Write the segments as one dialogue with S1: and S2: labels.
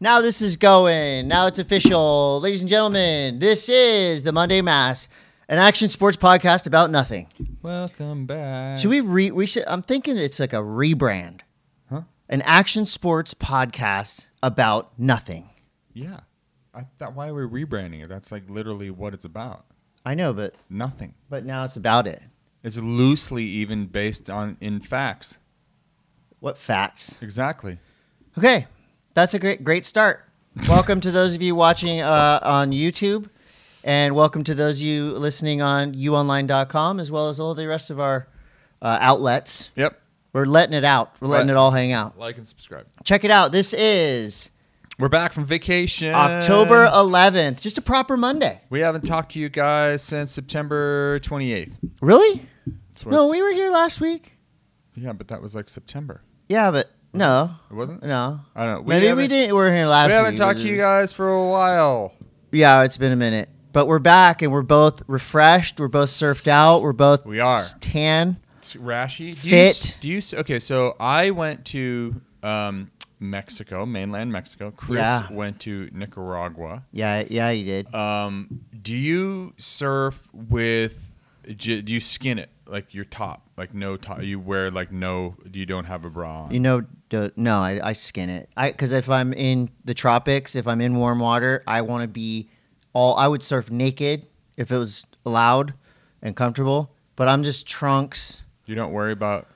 S1: Now this is going. Now it's official. Ladies and gentlemen, this is the Monday Mass, an action sports podcast about nothing.
S2: Welcome back.
S1: Should we re we should I'm thinking it's like a rebrand.
S2: Huh?
S1: An action sports podcast about nothing.
S2: Yeah. I thought why are we rebranding it? That's like literally what it's about.
S1: I know, but
S2: Nothing.
S1: but now it's about it.
S2: It's loosely even based on in facts.
S1: What facts?
S2: Exactly.
S1: Okay. That's a great great start. welcome to those of you watching uh, on YouTube and welcome to those of you listening on youonline.com as well as all the rest of our uh, outlets.
S2: Yep.
S1: We're letting it out. We're letting
S2: Right.
S1: it all hang out.
S2: Like and subscribe.
S1: Check it out. This is
S2: We're back from vacation.
S1: October 11th. Just a proper Monday.
S2: We haven't talked to you guys since September 28th.
S1: Really?
S2: That's what
S1: No,
S2: it's-
S1: we were here last week.
S2: Yeah, but that was like September.
S1: Yeah, but no,
S2: It wasn't?
S1: no.
S2: I don't know.
S1: Maybe we
S2: haven't-
S1: didn't. We were here last
S2: We
S1: week.
S2: haven't talked to you guys for a while.
S1: Yeah, it's been a minute. But we're back and we're both refreshed. We're both surfed out. We're both
S2: We are.
S1: s- tan.
S2: Rashi, do
S1: Fit.
S2: You, do you s- okay? So I went to um, Mexico, mainland Mexico. Chris
S1: Yeah.
S2: went to Nicaragua.
S1: Yeah, yeah, you did.
S2: Um, do you surf with? j- Do you skin it like your top, like no top? You wear like no. You don't have a bra on.
S1: you know, do, no, I, I skin it. I because if I'm in the tropics, if I'm in warm water, I want to be all. I would surf naked if it was allowed and comfortable. But I'm just trunks.
S2: You don't worry about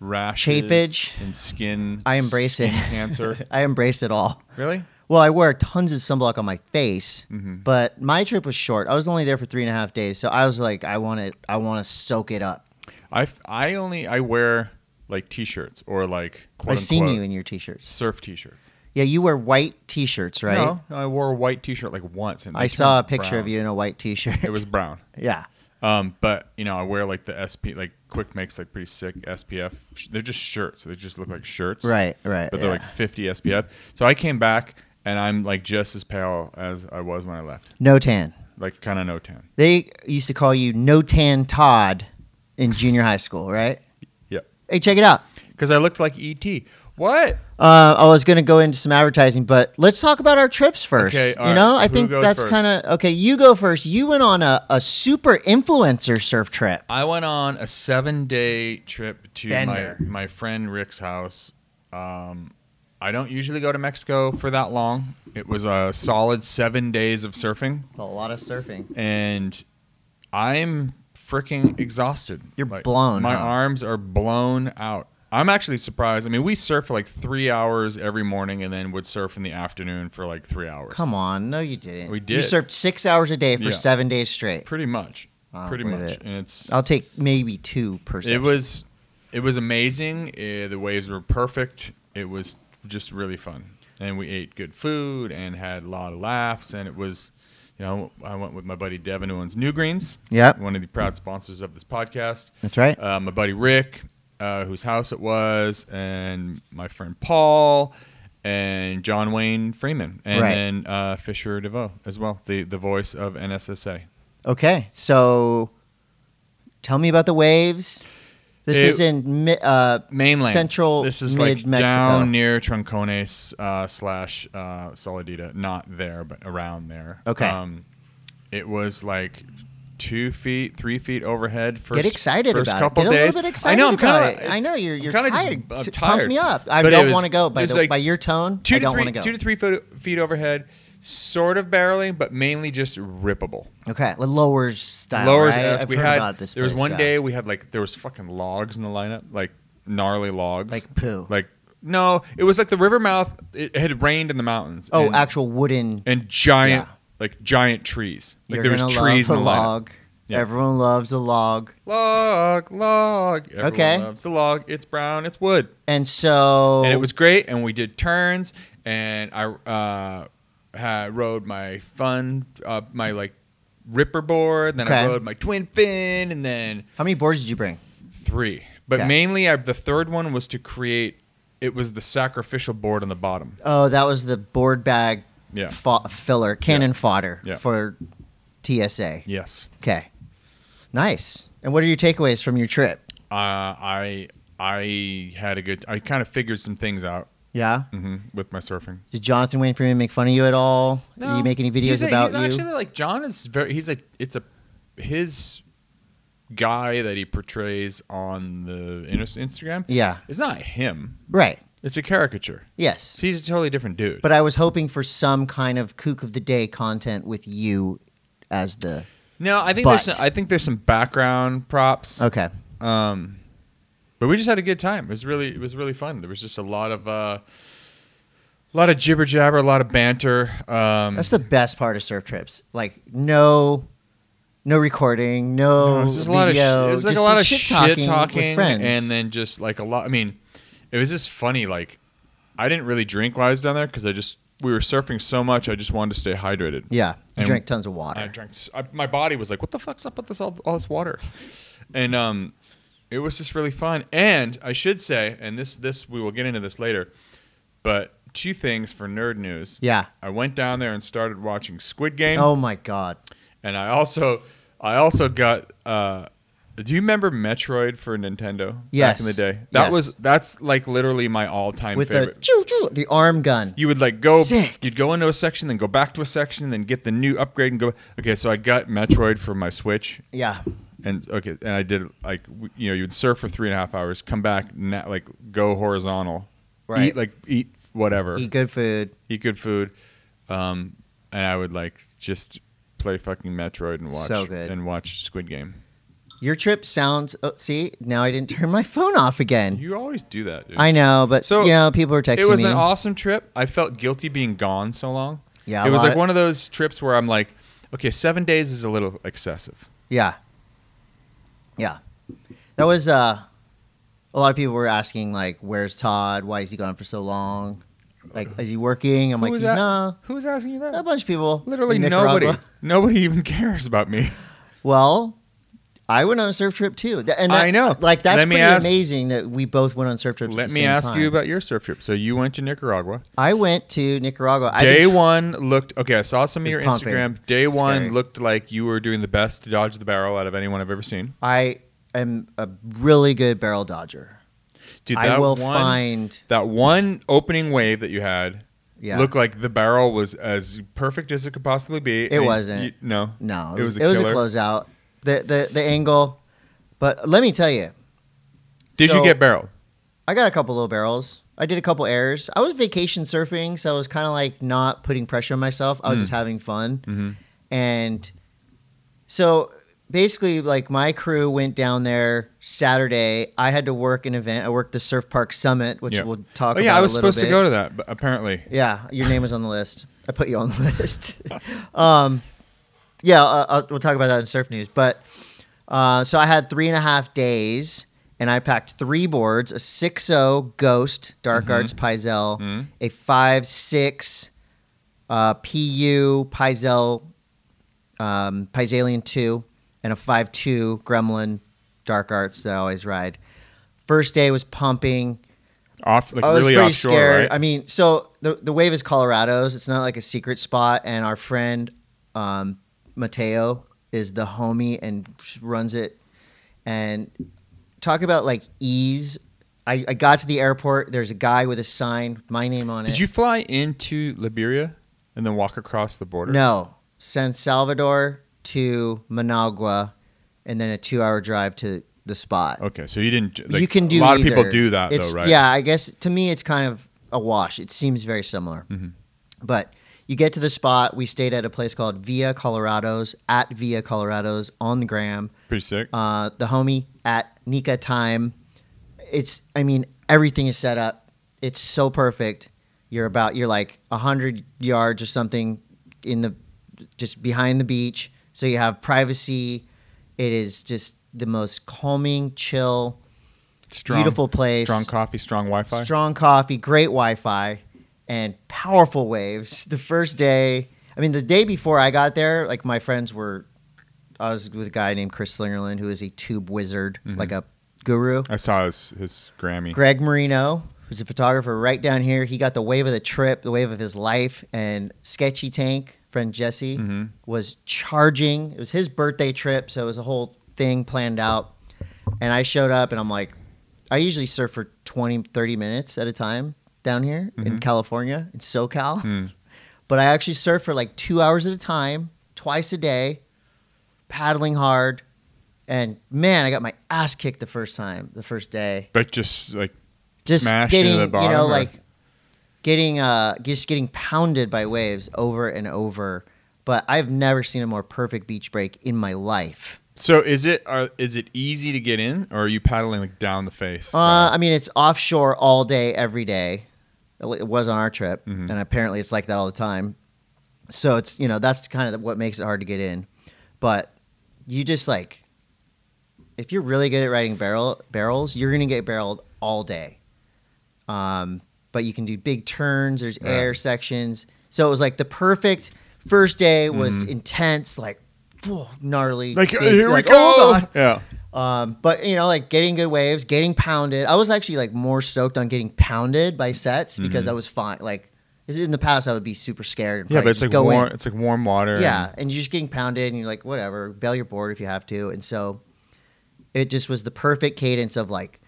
S2: rashes,
S1: Chafage.
S2: and skin.
S1: I embrace it.
S2: skin Cancer.
S1: I embrace it all.
S2: really?
S1: Well, I wear tons of sunblock on my face,
S2: Mm-hmm.
S1: but my trip was short. I was only there for three and a half days, so I was like, I want to, I want to soak it up.
S2: I f- I only I wear like t-shirts or like quote
S1: I've seen
S2: unquote,
S1: you in your t-shirts.
S2: surf t-shirts.
S1: Yeah, you wear white t-shirts, right?
S2: No, no, I wore a white T-shirt like once, and
S1: I
S2: they
S1: saw a
S2: turned
S1: picture of
S2: brown.
S1: you in a white t-shirt.
S2: It was brown.
S1: yeah,
S2: Um, but you know, I wear like the SP, like Quick makes like pretty sick SPF. sh- They're just shirts. They just look like shirts,
S1: right, right.
S2: But they're
S1: yeah.
S2: like 50 SPF. So I came back and I'm like just as pale as I was when I left.
S1: no tan.
S2: Like kind of no tan.
S1: They used to call you No Tan Todd in junior high school, right?
S2: Yep.
S1: Hey, check it out.
S2: Because I looked like ET. What?
S1: Uh, I was going to go into some advertising, but let's talk about our trips first.
S2: Okay, all
S1: you know,
S2: right.
S1: I
S2: Who
S1: think
S2: goes
S1: that's
S2: first?
S1: kind of okay. You go first. You went on a, a super influencer surf trip.
S2: I went on a seven day trip to
S1: Bender.
S2: my my friend Rick's house. Um, I don't usually go to Mexico for that long. It was a solid seven days of surfing.
S1: A lot of surfing.
S2: and I'm freaking exhausted.
S1: You're blown,
S2: My
S1: huh?
S2: arms are blown out. I'm actually surprised. I mean, we surf for like three hours every morning, and then would surf in the afternoon for like three hours.
S1: Come on, no, you didn't.
S2: We
S1: You
S2: did.
S1: surfed six hours a day for
S2: Yeah.
S1: seven days straight.
S2: pretty much,
S1: I don't
S2: pretty
S1: believe
S2: much,
S1: it.
S2: and it's
S1: I'll take maybe two per.
S2: it
S1: session.
S2: was it was amazing. Eh, the waves were perfect. It was just really fun, and we ate good food and had a lot of laughs, and it was. You know, I went with my buddy Devin, who owns New Greens.
S1: Yep.
S2: One of the proud sponsors of this podcast.
S1: That's right.
S2: uh, my buddy Rick, uh, whose house it was, and my friend Paul, and John Wayne Freeman, and
S1: Right.
S2: then uh, Fisher DeVoe as well, the the voice of NSSA.
S1: Okay, so tell me about the waves. This
S2: It-
S1: is in mi- uh,
S2: Mainland
S1: Central
S2: This is like
S1: mid-Mexico.
S2: down near Troncones uh, slash uh, Solidita, not there, but around there. Um,
S1: Okay.
S2: it was like. Two feet, three feet overhead. First,
S1: Get excited
S2: first
S1: about it.
S2: couple
S1: Get a
S2: days.
S1: little bit excited
S2: I know. I'm
S1: about
S2: kind
S1: it. I know you're you're
S2: kind of
S1: tired.
S2: Just,
S1: S-
S2: I'm tired.
S1: Pump me up. I
S2: But it
S1: don't
S2: was-
S1: want to go by
S2: it was
S1: the,
S2: like
S1: by your tone.
S2: two
S1: I
S2: to
S1: don't
S2: three
S1: want to go.
S2: two to three foot, feet overhead, sort of barreling, but mainly just rippable.
S1: Okay, well, lowers style.
S2: Lowers
S1: right?
S2: us.
S1: I've
S2: we
S1: heard
S2: had
S1: about this.
S2: there was
S1: place,
S2: one
S1: yeah.
S2: day we had like there was fucking logs in the lineup, like gnarly logs,
S1: Like poo.
S2: like no, it was like the river mouth. It had rained in the mountains.
S1: Oh,
S2: and,
S1: actual wooden.
S2: and giant
S1: Yeah.
S2: like giant trees. Like
S1: you're
S2: there was
S1: gonna
S2: trees
S1: love
S2: in
S1: a
S2: the lineup.
S1: log.
S2: Yeah.
S1: Everyone loves a log.
S2: Log, log. Everyone
S1: Okay.
S2: loves a log. It's brown. It's wood.
S1: And so
S2: and it was great. And we did turns, and I uh, had, rode my fun, uh, my like ripper board. Then I
S1: Okay.
S2: rode my twin fin, and then
S1: How many boards did you bring?
S2: three. But
S1: Okay.
S2: mainly, I, the third one was to create. It was the sacrificial board on the bottom.
S1: Oh, that was the board bag
S2: Yeah.
S1: fo- filler, cannon fodder
S2: Yeah.
S1: for TSA.
S2: Yes,
S1: Okay. Nice. And what are your takeaways from your trip?
S2: uh, I I had a good. I kind of figured some things out
S1: Yeah.
S2: hmm with my surfing.
S1: Did Jonathan Wayne Freeman make fun of you at all? Did
S2: No.
S1: he make any videos
S2: he's a-
S1: about
S2: he's
S1: you?
S2: Actually, like John is very. He's a. It's a his guy that he portrays on the inter- Instagram.
S1: yeah.
S2: It's not him.
S1: Right.
S2: It's a caricature.
S1: Yes.
S2: He's a totally different dude.
S1: But I was hoping for some kind of kook of the day content with you as the
S2: no, I think
S1: But-
S2: there's. Some, I think there's some background props.
S1: okay.
S2: Um, but we just had a good time. It was really it was really fun. There was just a lot of uh, a lot of jibber jabber, a lot of banter. Um,
S1: That's the best part of surf trips. Like no, no recording, no,
S2: it was just a lot of sh-
S1: video,
S2: it was like
S1: just
S2: a lot of
S1: shit talking, with friends.
S2: and then just like a lot. I mean, it was just funny. Like I didn't really drink while I was down there because I just we were surfing so much. I just wanted to stay hydrated.
S1: yeah, you
S2: and-
S1: drank tons of water.
S2: I drank. s I my body was like, "What the fuck's up with this all, all this water?" And um, it was just really fun. And I should say, and this this we will get into this later, but two things for nerd news.
S1: yeah.
S2: I went down there and started watching Squid Game,
S1: Oh my god.
S2: and I also I also got. Uh, do you remember Metroid for Nintendo?
S1: Yes.
S2: Back in the day, that
S1: Yes.
S2: was that's like literally my all time
S1: With
S2: favorite
S1: the choo choo, the arm gun.
S2: you would like go
S1: Sick.
S2: you'd go into a section then go back to a section then get the new upgrade and go okay so i got metroid for my switch
S1: yeah.
S2: and okay and i did like w- you know you'd surf for three and a half hours come back na- like go horizontal
S1: Right.
S2: eat like eat whatever
S1: Eat
S2: eat,
S1: good food.
S2: good food um and i would like just play fucking metroid and watch
S1: So good.
S2: and watch squid game
S1: Your trip sounds. Oh, see, now I didn't turn my phone off again.
S2: you always do that dude.
S1: I know, but
S2: So,
S1: you know, people were texting
S2: it was
S1: me.
S2: an awesome trip i felt guilty being gone so long
S1: yeah,
S2: it
S1: a
S2: was
S1: lot
S2: like
S1: of-
S2: one of those trips where i'm like okay seven days is a little excessive
S1: Yeah. Yeah. That was uh a lot of people were asking like where's Todd? Why is he gone for so long? Like is he working? I'm like,
S2: Who was
S1: "He's-
S2: that?
S1: no.
S2: Who was asking you that?
S1: A bunch of people.
S2: Literally
S1: in
S2: nobody.
S1: Nicaragua.
S2: Nobody even cares about me.
S1: Well, I went on a surf trip too. Th- And that-
S2: I know.
S1: Like that's
S2: Let me
S1: pretty
S2: ask-
S1: amazing that we both went on surf trips. at
S2: Let
S1: the
S2: me
S1: same
S2: ask
S1: time.
S2: you about your surf trip. So you went to Nicaragua.
S1: I went to Nicaragua. I've been
S2: Day
S1: tr-
S2: one looked okay. I saw some of
S1: It
S2: your
S1: was pumping.
S2: Instagram. Day
S1: It's
S2: one
S1: scary.
S2: looked like you were doing the best to dodge the barrel out of anyone I've ever seen.
S1: I am a really good barrel dodger.
S2: Dude, that
S1: I will
S2: one,
S1: find
S2: that one opening wave that you had
S1: yeah.
S2: looked like the barrel was as perfect as it could possibly be. And you-
S1: wasn't.
S2: you- no,
S1: No, it,
S2: It
S1: was,
S2: was a
S1: it was a
S2: killer.
S1: closeout. The the the angle, but let me tell you,
S2: did
S1: So-
S2: you get barrel?
S1: I got a couple little barrels. I did a couple errors. I was vacation surfing, so I was kind of like not putting pressure on myself. I was
S2: Mm.
S1: just having fun,
S2: Mm-hmm.
S1: and so basically, like my crew went down there Saturday. I had to work an event. I worked the Surf Park Summit, which
S2: Yeah.
S1: we'll talk.
S2: Oh yeah,
S1: about
S2: I was
S1: a little
S2: supposed
S1: bit.
S2: to go to that, but apparently
S1: Yeah, your name was on the list. I put you on the list. um, yeah, uh, uh, we'll talk about that in surf news. But uh, so I had three and a half days, and I packed three boards: a six zero Ghost Dark Arts Pizel,
S2: Mhm.
S1: a five six uh, PU Pizel um, Pizalian two, and a five two Gremlin Dark Arts that I always ride. First day was pumping.
S2: off like
S1: I was
S2: really
S1: pretty
S2: offshore,
S1: scared.
S2: right?
S1: I mean, so the the wave is Colorado's. It's not like a secret spot. And our friend um, Mateo is the homie and runs it. And talk about like ease. I, I got to the airport. There's a guy with a sign, with my name on it.
S2: Did you fly into Liberia and then walk across the border?
S1: No, San Salvador to Managua, and then a two-hour drive to the spot.
S2: Okay, so you didn't. j- Like,
S1: you can do
S2: a lot
S1: either.
S2: of people do that
S1: It's-
S2: though, right?
S1: Yeah, I guess to me it's kind of a wash. It seems very similar,
S2: Mhm.
S1: but you get to the spot. We stayed at a place called Via Colorado's at Via Colorado's on the gram.
S2: pretty sick.
S1: Uh, the homie at Nika Time. It's I mean everything is set up. It's so perfect. You're about you're like hundred yards or something in the just behind the beach, so you have privacy. It is just the most calming, chill
S2: strong,
S1: beautiful place.
S2: Strong coffee, strong Wi-Fi.
S1: strong coffee, great Wi-Fi, and powerful waves. The first day, I mean, the day before I got there, like my friends were, I was with a guy named Chris Slingerland who is a tube wizard,
S2: Mhm.
S1: like a guru.
S2: I saw his his Grammy.
S1: Greg Marino, who's a photographer right down here, he got the wave of the trip, the wave of his life, and Sketchy Tank friend Jesse
S2: Mhm.
S1: was charging. It was his birthday trip, so it was a whole thing planned out. And I showed up and I'm like, I usually surf for 20, 30 minutes at a time. down here in California, in SoCal. But I actually surf for like two hours at a time, twice a day, paddling hard. And man, I got my ass kicked the first time, the first day.
S2: But just like
S1: Just
S2: Smashed into
S1: getting,
S2: the bottom
S1: you know,
S2: or-
S1: like getting, uh, just getting pounded by waves over and over. But I've never seen a more perfect beach break in my life.
S2: so, is it are, is it easy to get in, or are you paddling like down the face?
S1: Uh, I mean, it's offshore all day, every day. It was on our trip,
S2: Mhm.
S1: and apparently it's like that all the time. So it's you know that's kind of what makes it hard to get in. But you just like, if you're really good at riding barrel barrels, you're gonna get barreled all day. Um, but you can do big turns. There's
S2: Yeah.
S1: air sections. So it was like the perfect first day was
S2: Mhm.
S1: intense, like whoa, gnarly.
S2: like uh,
S1: big-
S2: here
S1: like,
S2: we go.
S1: Oh, God.
S2: Yeah.
S1: Um, but you know, like getting good waves, getting pounded. I was actually like more stoked on getting pounded by sets because I was fine. Like 'cause in the past, I would be super scared. And
S2: Mm-hmm. Yeah,
S1: probably
S2: but it's
S1: just
S2: like
S1: go in.
S2: warm. It's like warm water.
S1: Yeah, and you're just getting pounded, and you're like, whatever, bail your board if you have to. And so, it just was the perfect cadence of like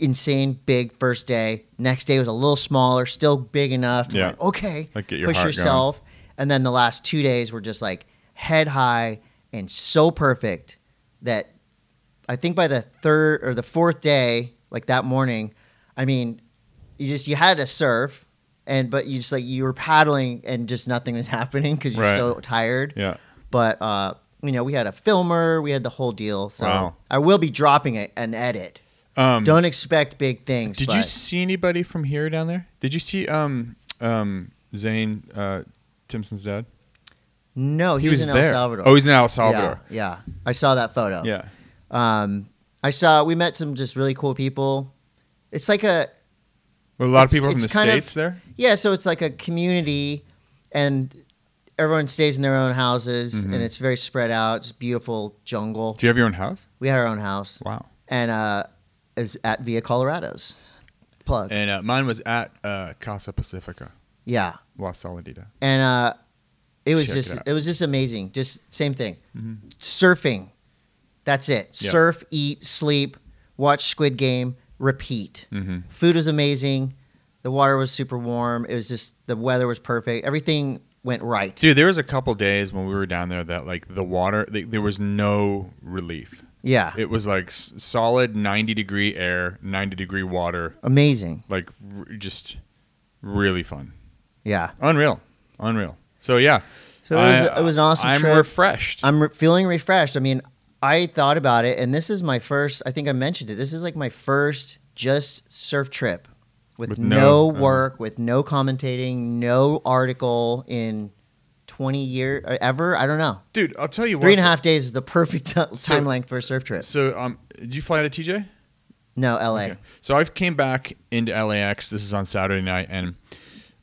S1: insane big first day. Next day was a little smaller, still big enough. To
S2: Yeah.
S1: like, okay,
S2: Like, get your
S1: push
S2: heart
S1: yourself. And then the last two days were just like head high and so perfect that I think by the third or the fourth day, like that morning, I mean, you just you had to surf. And but you just like you were paddling and just nothing was happening because you're
S2: Right.
S1: so tired.
S2: Yeah.
S1: But uh, you know we had a filmer, we had the whole deal. So
S2: Wow.
S1: I will be dropping a, an edit.
S2: Um,
S1: Don't expect big things.
S2: Did you see anybody from here down there? Did you see um um Zane uh, Timson's dad?
S1: No, he, was, in El
S2: there.
S1: Salvador.
S2: Oh, he's in El Salvador.
S1: Yeah, yeah. I saw that photo.
S2: Yeah.
S1: Um, I saw we met some just really cool people. It's like a
S2: Were a lot
S1: It's-
S2: of people from
S1: it's
S2: the
S1: kind of-
S2: states there.
S1: yeah, so it's like a community, and everyone stays in their own houses,
S2: Mhm.
S1: and it's very spread out. It's beautiful jungle.
S2: Do you have your own house?
S1: We had our own house,
S2: Wow.
S1: and uh, it was at Via Colorado's. Plug.
S2: And uh, mine was at uh, Casa Pacifica,
S1: yeah,
S2: La Solidita.
S1: and uh, it was
S2: Check
S1: just
S2: it
S1: it,
S2: out.
S1: was just amazing. Just same thing,
S2: Mhm.
S1: surfing. That's it.
S2: Yeah.
S1: Surf, eat, sleep, watch Squid Game, repeat.
S2: Mm-hmm.
S1: Food was amazing. The water was super warm. It was just the weather was perfect. Everything went right.
S2: Dude, there was a couple days when we were down there that like the water, th- there was no relief.
S1: Yeah,
S2: It was like s- solid 90 degree air, 90 degree water,
S1: amazing.
S2: like r- just really fun.
S1: Yeah.
S2: Unreal. Unreal. So yeah.
S1: So it was- it was an awesome
S2: I'm
S1: trip.
S2: refreshed.
S1: I'm re- feeling refreshed. I mean, I thought about it, and this is my first. I think I mentioned it. This is like my first just surf trip with,
S2: With
S1: no,
S2: no- uh-huh.
S1: work, with no commentating, no article in 20 years ever. I don't know.
S2: Dude, I'll tell you
S1: Three
S2: what.
S1: and a half days is the perfect t- time
S2: So-
S1: length for a surf trip.
S2: So um, did you fly out of TJ?
S1: No, LA.
S2: Okay. So I came back into LAX. This is on Saturday night, and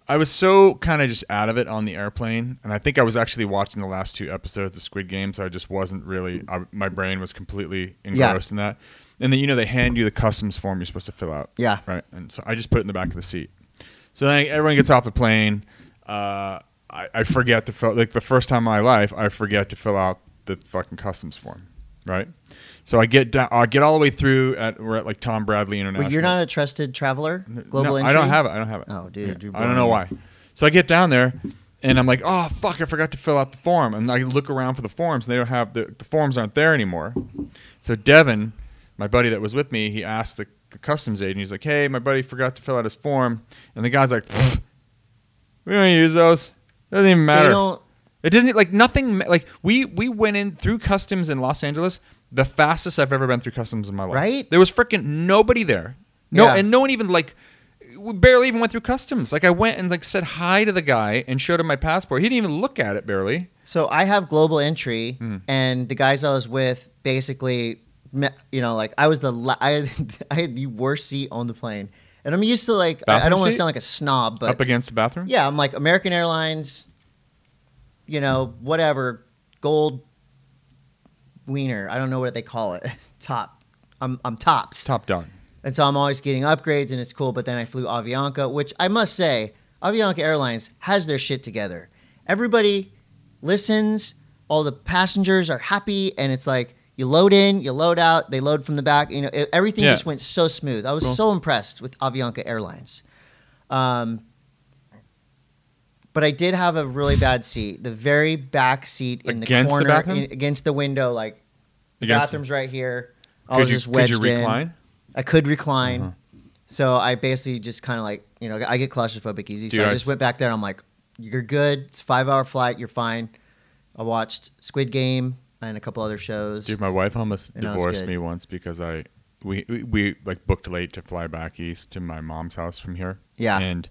S2: I was so kind of just out of it on the airplane. And I think I was actually watching the last two episodes of Squid Game, so I just wasn't really. I, my brain was completely engrossed in that. And then you know they hand you the customs form you're supposed to fill out.
S1: Yeah.
S2: Right. And so I just put it in the back of the seat. So then everyone gets off the plane. Uh, I, I forget to fill like the first time in my life I forget to fill out the fucking customs form. Right. So I get down. I get all the way through at we're at like Tom Bradley International.
S1: Well, you're not a trusted traveler. Global
S2: No,
S1: entry.
S2: I don't have it. I don't have it.
S1: Oh, dude,
S2: Yeah.
S1: you're
S2: I don't know why.
S1: blowing
S2: So I get down there, and I'm like, oh fuck, I forgot to fill out the form. And I look around for the forms, and they don't have the, the forms aren't there anymore. So Devin, my buddy that was with me, he asked the, the customs agent. He's like, hey, my buddy forgot to fill out his form, and the guy's like, "Pfft, we don't use those. Doesn't even
S1: They
S2: matter.
S1: don't.
S2: It doesn't like nothing. ma- Like we we went in through customs in Los Angeles, the fastest I've ever been through customs in my life.
S1: Right?
S2: There was freaking nobody there. No,
S1: Yeah.
S2: and no one even like. We barely even went through customs. Like I went and like said hi to the guy and showed him my passport. He didn't even look at it barely.
S1: So I have global entry,
S2: Mm.
S1: and the guys I was with basically, me- you know, like I was the la- I, had, I had the worst seat on the plane, and I'm used to like I, I don't
S2: Bathroom
S1: want to
S2: seat?
S1: sound like a snob, but
S2: Up against the bathroom.
S1: yeah, I'm like American Airlines, you know, whatever, gold wiener. I don't know what they call it. Top. I'm I'm tops.
S2: Top dog.
S1: And so I'm always getting upgrades and it's cool. But then I flew Avianca, which I must say, Avianca Airlines has their shit together. Everybody listens, all the passengers are happy, and it's like you load in, you load out, they load from the back. You know, e- everything
S2: Yeah.
S1: just went so smooth. I was
S2: Cool.
S1: so impressed with Avianca Airlines. Um, but I did have a really bad seat, the very back seat in
S2: Against the
S1: the corner,
S2: bathroom?
S1: in- against the window. Like the
S2: Against-
S1: bathroom's right here. I
S2: Could
S1: was
S2: you,
S1: just
S2: could
S1: wedged
S2: you
S1: in.
S2: recline?
S1: I could recline.
S2: Uh-huh.
S1: So I basically just kind of like, you know, I get claustrophobic easy.
S2: Dude,
S1: so I
S2: I
S1: just
S2: s-
S1: went back there and I'm like, you're good. It's a five hour flight. You're fine. I watched Squid Game and a couple other shows.
S2: Dude, my wife almost
S1: And I was
S2: divorced
S1: good.
S2: me once because I we, we we like booked late to fly back east to my mom's house from here.
S1: Yeah.
S2: and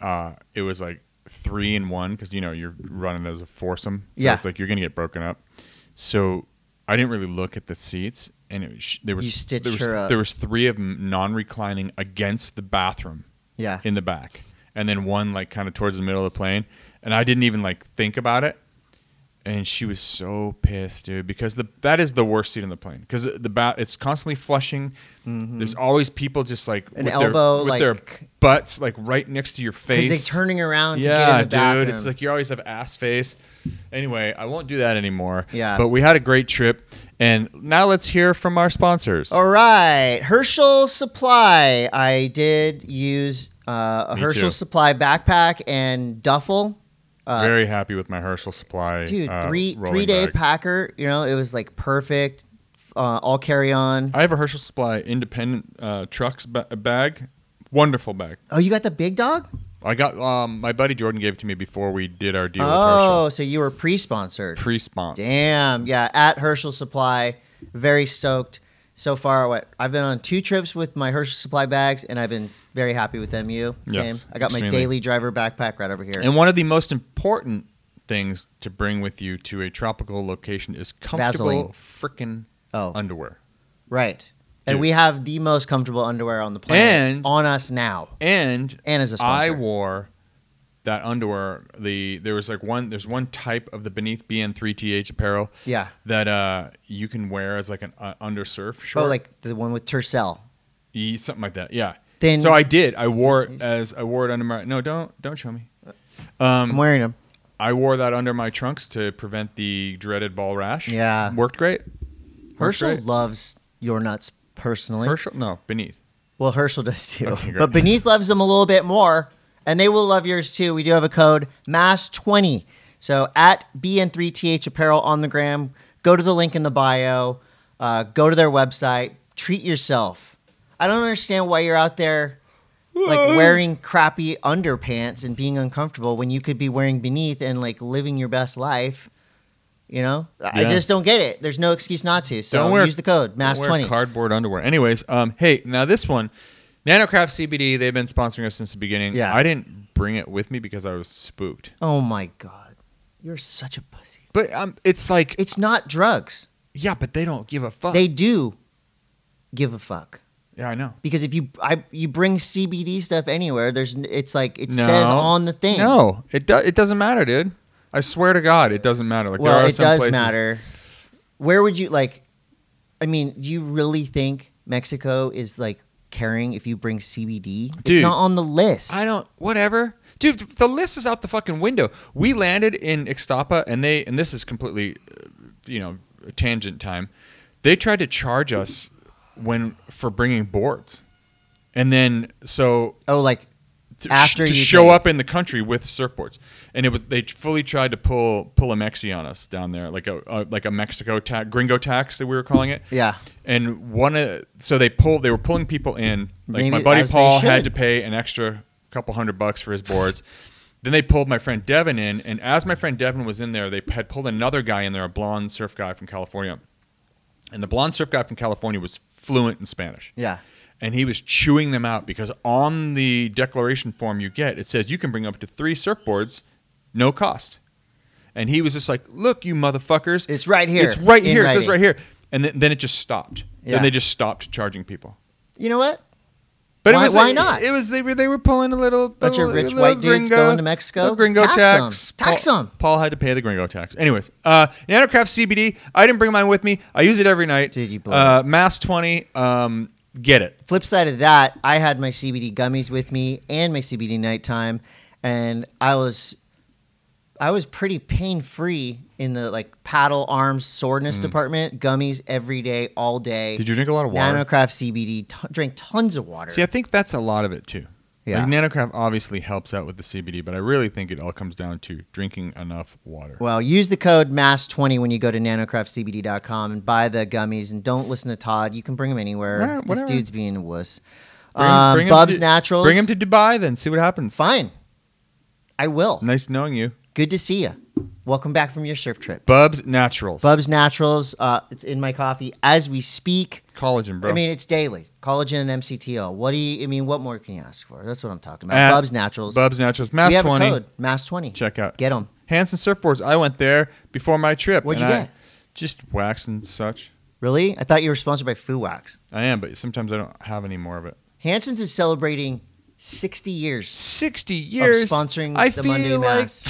S2: uh, it was like three and one because you know you're running as a foursome. So
S1: Yeah.
S2: it's like you're gonna get broken up. So I didn't really look at the seats, and it was, there was
S1: You stitched
S2: there was,
S1: her up.
S2: there was three of them non-reclining against the bathroom
S1: yeah.
S2: in the back, and then one like kind of towards the middle of the plane. And I didn't even like think about it. And she was so pissed, dude, because the that is the worst seat in the plane because the bat it's constantly flushing. There's always people just like
S1: An
S2: with their-
S1: elbow,
S2: with their
S1: like-
S2: butts like right next to your face.
S1: Because they're turning around to
S2: yeah,
S1: get in the bathroom.
S2: dude, it's like you always have ass face. Anyway, I won't do that anymore.
S1: Yeah.
S2: but we had a great trip, and now let's hear from our sponsors.
S1: All right, Herschel Supply. I did use uh, a
S2: Me
S1: Herschel
S2: too.
S1: Supply backpack and duffel. Uh,
S2: Very happy with my Herschel supply.
S1: dude,
S2: uh,
S1: three
S2: rolling
S1: three day
S2: bag.
S1: packer. You know, it was like perfect. Uh, all carry on.
S2: I have a Herschel Supply independent uh, trucks ba- bag. Wonderful bag.
S1: Oh, you got the big dog.
S2: I got um, my buddy Jordan gave it to me before we did our deal
S1: Oh,
S2: with Herschel.
S1: so you were pre-sponsored.
S2: Pre-spons.
S1: Damn, yeah. At Herschel Supply, very stoked so far. What I've been on two trips with my Herschel Supply bags, and I've been very happy with them. You same.
S2: Yes,
S1: I got my
S2: extremely.
S1: daily driver backpack right over here.
S2: And one of the most important things to bring with you to a tropical location is comfortable frickin'
S1: Oh.
S2: underwear.
S1: Right. And
S2: Dude.
S1: we have the most comfortable underwear on the planet
S2: And-
S1: on us now.
S2: And
S1: And as a
S2: I
S1: sponsor.
S2: wore that underwear. The there was like one. There's one type of the beneath BN3TH apparel
S1: yeah.
S2: that uh, you can wear as like an uh, undersurf short.
S1: Oh, like the one with Tercel.
S2: E, something like that. Yeah.
S1: Then- Mm-hmm.
S2: so I did. I wore it as I wore it under my. No, don't don't show me. Um,
S1: I'm wearing them.
S2: I wore that under my trunks to prevent the dreaded ball rash.
S1: Yeah.
S2: Worked great. Worked
S1: Herschel
S2: great.
S1: loves your nuts personally.
S2: Herschel. No, beneath.
S1: Well, Herschel does too.
S2: Okay, great.
S1: but Beneath loves them a little bit more, and they will love yours too. We do have a code MASS20. So at BN3TH Apparel on the gram, go to the link in the bio, uh, go to their website, treat yourself. I don't understand why you're out there like wearing crappy underpants and being uncomfortable when you could be wearing Beneath and like living your best life. You know, I
S2: Yeah.
S1: just don't get it. There's no excuse not to. So
S2: Don't wear-
S1: use the code
S2: Don't wear
S1: MASS20.
S2: Cardboard underwear. Anyways, um, hey, now this one, Nanocraft CBD. They've been sponsoring us since the beginning.
S1: Yeah.
S2: I didn't bring it with me because I was spooked.
S1: Oh my god, you're such a pussy.
S2: But um, it's like
S1: It's not drugs.
S2: yeah, but they don't give a fuck.
S1: They do give a fuck
S2: yeah, I know.
S1: because if you I you bring CBD stuff anywhere, there's n- it's like it
S2: No.
S1: says on the thing.
S2: No, it do- it doesn't matter, dude. I swear to God, it doesn't matter. Like there
S1: well,
S2: are
S1: it
S2: some
S1: does
S2: places-
S1: matter. Where would you like? I mean, do you really think Mexico is like caring if you bring CBD?
S2: Dude.
S1: it's not on the list.
S2: I don't. Whatever, dude. th- The list is out the fucking window. We landed in Ixtapa, and they and this is completely, uh, you know, tangent time. They tried to charge us when for bringing boards, and then so
S1: oh, like
S2: to,
S1: After
S2: to
S1: you
S2: show
S1: did it.
S2: up in the country with surfboards, and it was they fully tried to pull pull a Mexi on us down there, like a, a like a Mexico tax, gringo tax that we were calling it.
S1: Yeah.
S2: And one of so they pulled they were pulling people in. Like my
S1: Maybe
S2: buddy
S1: as they
S2: Paul had
S1: should.
S2: to pay an extra couple hundred bucks for his boards. then they pulled my friend Devin in, and as my friend Devin was in there, they had pulled another guy in there, a blonde surf guy from California. And the blonde surf guy from California was fluent in Spanish
S1: yeah,
S2: and he was chewing them out because on the declaration form you get it says you can bring up to three surfboards no cost and he was just like look you motherfuckers
S1: it's right here.
S2: it's right
S1: in
S2: here it says
S1: writing.
S2: right here and then, then it just stopped
S1: Yeah.
S2: then they just stopped charging people
S1: You know what?
S2: but
S1: Why-
S2: it was
S1: why not?
S2: It was they were they were pulling a little
S1: Bunch of
S2: little-
S1: rich
S2: little
S1: white dudes
S2: gringo-
S1: going to Mexico?
S2: little Gringo
S1: Tax 'em.
S2: tax.
S1: Tax
S2: Paul,
S1: 'em.
S2: Paul had to pay the gringo tax. Anyways, uh, Nanocraft CBD. I didn't bring mine with me. I use it every night.
S1: Dude, you blew
S2: uh, Mass twenty. Um, get it.
S1: flip side of that, I had my CBD gummies with me and my CBD nighttime, and I was, I was pretty pain free in the like paddle arms soreness department. Gummies every day, all day.
S2: Mm. Did you drink a lot of water?
S1: Nanocraft CBD. T- drink tons of water.
S2: See, I think that's a lot of it too.
S1: Yeah.
S2: Like nanocraft obviously helps out with the CBD, but I really think it all comes down to drinking enough water.
S1: Well, use the code MASS20 when you go to nanocraftcbd.com and buy the gummies and don't listen to Todd. You can bring them anywhere.
S2: All right,
S1: this
S2: whatever.
S1: dude's being a wuss.
S2: Bring-
S1: um,
S2: bring 'em to
S1: Bub's
S2: Du-
S1: Naturals.
S2: Bring him to Dubai then, see what happens.
S1: Fine. I will.
S2: Nice knowing you.
S1: Good to see you. Welcome back from your surf trip.
S2: Bub's Naturals.
S1: Bub's Naturals. Uh, it's in my coffee as we speak.
S2: Collagen, bro.
S1: I mean, it's daily. Collagen and MCTO. What do you? I mean, what more can you ask for? That's what I'm talking about.
S2: At
S1: Bub's Naturals.
S2: Bub's Naturals. Mass
S1: we have
S2: 20.
S1: a code. Mass twenty.
S2: Check out.
S1: Get them.
S2: Hanson Surfboards. I went there before my trip.
S1: What'd
S2: and
S1: you
S2: I-
S1: get?
S2: Just wax and such.
S1: Really? I thought you were sponsored by Foo Wax.
S2: I am, but sometimes I don't have any more of it.
S1: Hanson's is celebrating 60 years.
S2: 60 years.
S1: sponsoring
S2: I
S1: the
S2: feel
S1: Monday
S2: like
S1: Mass.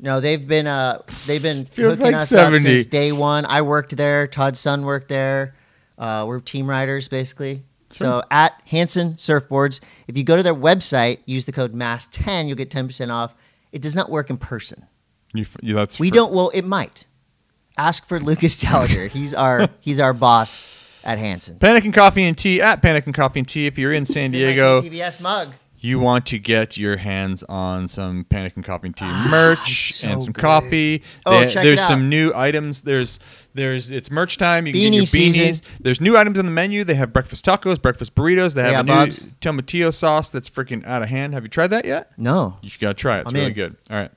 S1: No, they've been uh they've been
S2: Feels
S1: hooking
S2: like
S1: us up
S2: 70.
S1: since day one. I worked there. Todd's son worked there. Uh, we're team riders basically. So at Hanson Surfboards, if you go to their website, use the code MASS10, you'll get 10% off. It does not work in person.
S2: You f- you- that's
S1: We
S2: for-
S1: don't. Well, it might. Ask for Lucas Gallagher. He's our he's our boss at Hanson.
S2: Panic and Coffee and Tea at Panic and Coffee and Tea. If you're in San Diego,
S1: PBS mug.
S2: you want to get your hands on some Panic and Coffee and Tea merch
S1: Ah, it's so
S2: and some
S1: good.
S2: coffee.
S1: Oh,
S2: There-
S1: check it
S2: there's
S1: out.
S2: some new items. There's there's it's merch time. You can
S1: Beanie
S2: get your beanies.
S1: season.
S2: There's new items on the menu. They have breakfast tacos, breakfast burritos. They have
S1: Yeah,
S2: a new
S1: Bob's.
S2: tomatillo sauce that's freaking out of hand. Have you tried that yet?
S1: No,
S2: You should gotta try it. It's
S1: I'm
S2: really
S1: in.
S2: good. All right.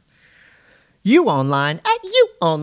S1: you online at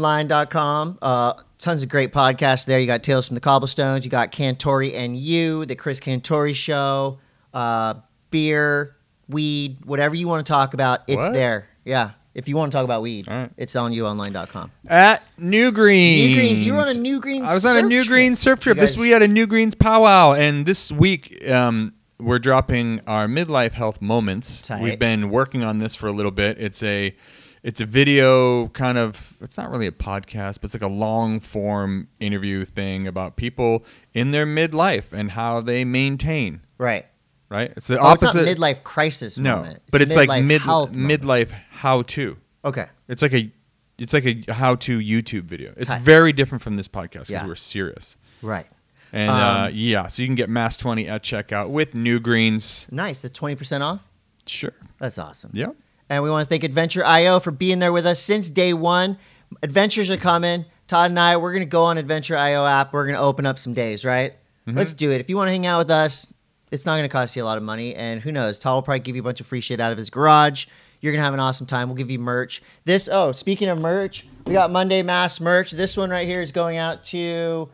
S1: youonline.com. Uh, tons of great podcasts there. You got Tales from the Cobblestones. You got Cantori and You, the Chris Cantori Show, uh, beer, weed, whatever you want to talk about, it's
S2: What?
S1: there. Yeah. If you want to talk about weed,
S2: All right.
S1: it's on youonline.com.
S2: At New Greens.
S1: New Greens. You were on a New Greens
S2: I was on a
S1: surf
S2: New
S1: trip.
S2: Greens surf trip.
S1: You
S2: This
S1: guys-
S2: we had a New Greens powwow, and this week um, we're dropping our midlife health moments.
S1: Tight.
S2: We've been working on this for a little bit. It's a it's a video kind of it's not really a podcast, but it's like a long form interview thing about people in their midlife and how they maintain.
S1: Right.
S2: Right? It's the
S1: Oh, it's not
S2: opposite.
S1: midlife crisis
S2: no,
S1: moment.
S2: but it's like
S1: midlife
S2: mid
S1: health moment.
S2: midlife how to.
S1: Okay.
S2: It's like a it's like a how to YouTube video. It's
S1: Tight.
S2: very different from this podcast because
S1: Yeah.
S2: we're serious.
S1: Right.
S2: And uh,
S1: Um,
S2: yeah, so you can get Mass 20 at checkout with New Greens.
S1: Nice. The 20% off.
S2: Sure.
S1: That's awesome.
S2: Yeah.
S1: And we want to thank Adventure IO for being there with us since day one. Adventures are coming. Todd and I, we're going to go on Adventure IO app. We're going to open up some days, right? Let's do it. If you want to hang out with us, it's not going to cost you a lot of money. And who knows? Todd will probably give you a bunch of free shit out of his garage. You're going to have an awesome time. We'll give you merch. This, oh, speaking of merch, we got Monday Mass merch. This one right here is going out to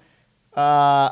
S1: uh,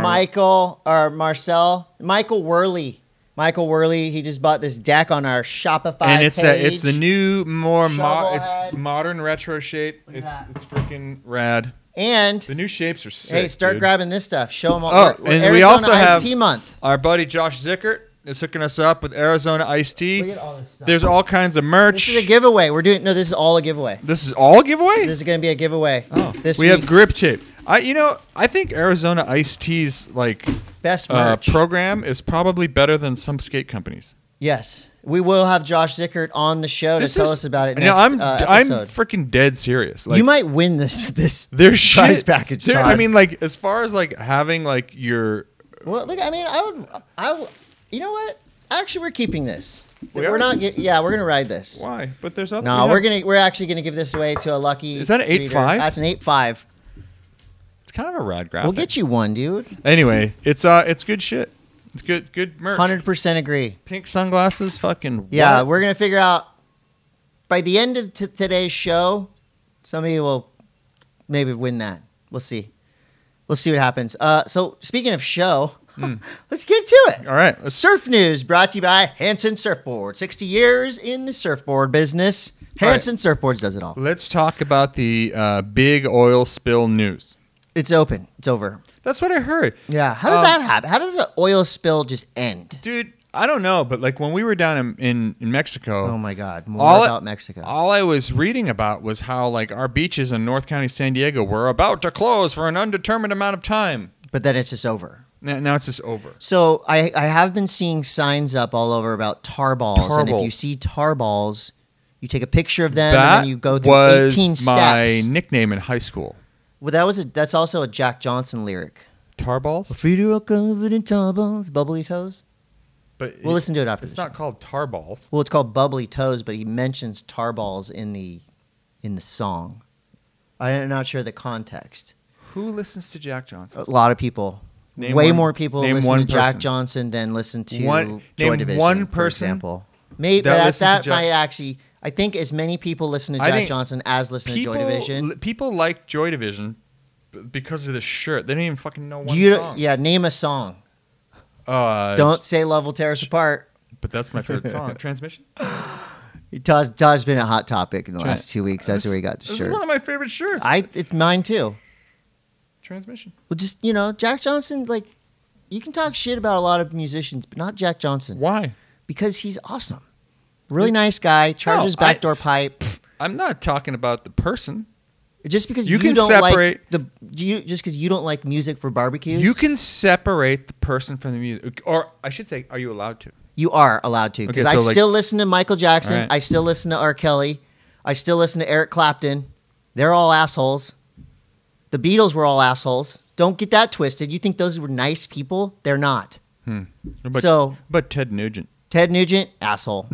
S1: Michael or Marcel, Michael Worley. Michael Worley, he just bought this deck on our Shopify
S2: and it's the, it's
S1: page.
S2: the new more mo-
S1: Shovel
S2: it's
S1: head.
S2: modern retro shape.
S1: at
S2: It's,
S1: that.
S2: it's freaking rad.
S1: And
S2: The new shapes are sick.
S1: hey, start
S2: dude.
S1: grabbing this stuff. Show them all.
S2: Oh,
S1: we're- we're
S2: and
S1: Arizona
S2: we also
S1: Iced
S2: have-
S1: Tea Month.
S2: Our buddy Josh Zickert is hooking us up with Arizona iced
S1: Look
S2: tea.
S1: at all this stuff.
S2: There's all kinds of
S1: this
S2: merch.
S1: is a giveaway. We're doing no. This is all a giveaway.
S2: This is all giveaway.
S1: This is going to be a giveaway.
S2: oh,
S1: this
S2: we
S1: week,
S2: have grip tape. I you know I think Arizona iced teas like
S1: best
S2: uh,
S1: merch.
S2: program is probably better than some skate companies.
S1: yes, we will have Josh Zickert on the show to tell
S2: is-
S1: us about it next
S2: No, I'm
S1: uh,
S2: I'm
S1: episode.
S2: freaking dead serious. Like
S1: you might win this. This
S2: there's
S1: prize
S2: shit.
S1: package.
S2: there- I
S1: Todd.
S2: mean, like as far as like having like your
S1: Well, look, I mean, I would, I, would- you know what? Actually, we're keeping this.
S2: We
S1: We are
S2: are?
S1: not. ge- Yeah, we're gonna ride this.
S2: why, but there's other.
S1: No,
S2: we
S1: we're
S2: have-
S1: gonna. We're actually gonna give this away to a lucky.
S2: Is that an
S1: reader.
S2: 8.5?
S1: That's an eight five.
S2: It's kind of a rad graphic.
S1: We'll get you one, dude.
S2: Anyway, it's uh, it's good shit. It's good, good merch.
S1: Hundred percent agree.
S2: pink sunglasses, fucking.
S1: Yeah,
S2: what?
S1: we're gonna figure out by the end of t- today's show. Somebody will maybe win that. We'll see. We'll see what happens. Uh, so speaking of show,
S2: Hmm.
S1: let's get to it.
S2: All right, let's-
S1: Surf news brought to you by Hanson Surfboard. 60 years in the surfboard business.
S2: All right.
S1: Hanson Surfboards does it all.
S2: let's talk about the uh, big oil spill news.
S1: It's open. It's over.
S2: That's what I heard.
S1: Yeah. How did
S2: Um,
S1: that happen? How does an oil spill just end?
S2: dude? I don't know, but like when we were down in in, in Mexico,
S1: Oh my God. More
S2: All it-
S1: about Mexico.
S2: All I was reading about was how like our beaches in North County, San Diego, were about to close for an undetermined amount of time.
S1: but then it's just over.
S2: Now, now it's just over.
S1: So I, I have been seeing signs up all over about tar balls.
S2: Tar
S1: and if
S2: ball.
S1: you see tar balls, you take a picture of them
S2: that
S1: and then you go through
S2: was
S1: 18
S2: my
S1: steps.
S2: nickname in high school.
S1: Well, that was a, that's also a Jack Johnson lyric.
S2: Tarballs,
S1: Feet are all covered in tar balls, bubbly toes.
S2: But
S1: We'll listen to it after
S2: It's
S1: the
S2: not called tar balls.
S1: Well, it's called Bubbly Toes, but he mentions tar balls in the in the song. I'm not sure the context.
S2: Who listens to Jack Johnson?
S1: A lot of people,
S2: Name
S1: Uh, way
S2: one-
S1: more people
S2: name
S1: listen
S2: one
S1: to Jack
S2: person.
S1: Johnson than listen to
S2: One-
S1: Joy
S2: name
S1: Division.
S2: one
S1: for
S2: person
S1: example. Maybe
S2: that
S1: that,
S2: listens to
S1: that
S2: Jack-
S1: might actually. I think as many people listen to
S2: I
S1: Jack
S2: think
S1: Johnson as listen to Joy Division.
S2: li- people like Joy Division b- because of the shirt. They don't even fucking know one
S1: Do you,
S2: song.
S1: yeah, name a song.
S2: Uh,
S1: Don't say "Love Will Tear Us Apart."
S2: But that's my favorite song. Transmission.
S1: Todd, Todd's been a hot topic in the
S2: Try-
S1: last two weeks. That's
S2: This-
S1: where he got the
S2: This
S1: shirt.
S2: is one of my favorite shirts.
S1: I, it's mine too.
S2: Transmission.
S1: Well, just you know, Jack Johnson. Like, you can talk shit about a lot of musicians, but not Jack Johnson
S2: Why?
S1: because he's awesome. Really nice guy. Charges
S2: I-
S1: backdoor pipe.
S2: I'm not talking about the person.
S1: Just because you,
S2: You can
S1: don't like
S2: separate-
S1: the do you just because you don't like music for barbecues,
S2: You can separate the person from the music, or I should say, are you allowed to?
S1: you are allowed to. Because
S2: Okay,
S1: I
S2: so, like-
S1: still listen to Michael Jackson.
S2: Alright.
S1: I still listen to R. Kelly. I still listen to Eric Clapton. They're all assholes. The Beatles were all assholes. Don't get that twisted. You think those were nice people? They're not.
S2: But,
S1: So-
S2: but Ted Nugent.
S1: Ted Nugent, asshole.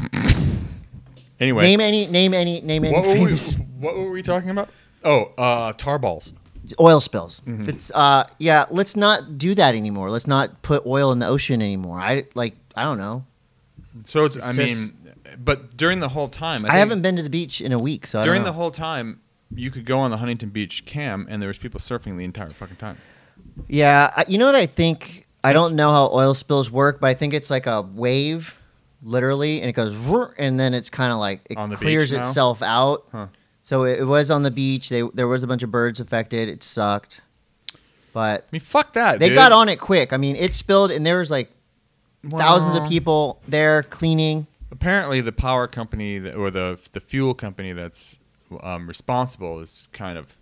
S2: Anyway,
S1: Name any, name any, name any
S2: what were, we,
S1: famous
S2: what were we talking about? Oh, uh, tar balls.
S1: oil spills.
S2: Mm-hmm.
S1: It's uh, yeah. Let's not do that anymore. Let's not put oil in the ocean anymore. I like, I don't know.
S2: So it's, I
S1: just-
S2: mean, but during the whole time, I,
S1: I,
S2: think
S1: haven't been to the beach in a week, so I
S2: During the
S1: don't know.
S2: whole time, you could go on the Huntington Beach cam, and there was people surfing the entire fucking time.
S1: yeah. I, you know what I think? I
S2: It's-
S1: don't know how oil spills work, but I think it's like a wave, literally, and it goes, "Vroom," and then it's kind of like it
S2: On the beach
S1: clears
S2: now?
S1: itself out.
S2: Huh.
S1: So it, it was on the beach. They there was a bunch of birds affected. It sucked, but
S2: I mean, fuck that.
S1: they
S2: dude.
S1: got on it quick. I mean, it spilled, and there was like thousands of
S2: Well,
S1: people there cleaning.
S2: Apparently, the power company that, or the the fuel company that's um, responsible is kind of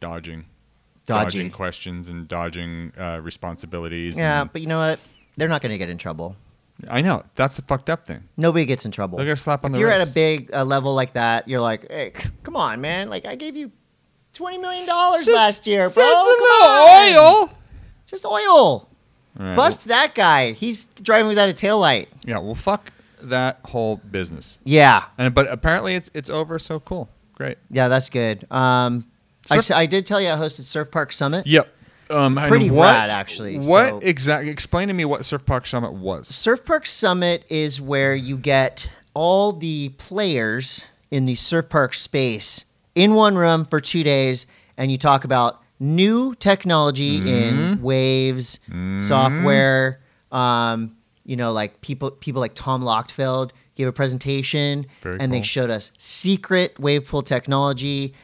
S2: dodging,
S1: Dodgy.
S2: dodging questions and dodging uh, responsibilities.
S1: Yeah,
S2: and-
S1: but you know what? They're not going to get in trouble.
S2: I know that's the fucked up thing.
S1: Nobody gets in trouble.
S2: They're gonna slap on
S1: if
S2: the
S1: you're at
S2: wrist.
S1: a big uh, level like that, you're like, hey, c- come on, man. Like, I gave you $20 million last year, bro. Come on.
S2: oil.
S1: Just oil. Bust that guy. He's driving without a taillight.
S2: yeah, well, fuck that whole business.
S1: Yeah.
S2: And but apparently, it's it's over. So cool. Great.
S1: Yeah, that's good. Um, I, s-
S2: Surf-
S1: I did tell you I hosted Surf Park Summit.
S2: Yep. Um, and
S1: Pretty
S2: what,
S1: rad, actually,
S2: What
S1: so-
S2: exactly? Explain to me what Surf Park Summit was.
S1: Surf Park Summit is where you get all the players in the surf park space in one room for two days, and you talk about new technology
S2: Mm-hmm.
S1: in waves, software. Um, you know, like people people like Tom Lochtfeld gave a presentation,
S2: Very
S1: and they
S2: cool.
S1: showed us secret wave pool technology.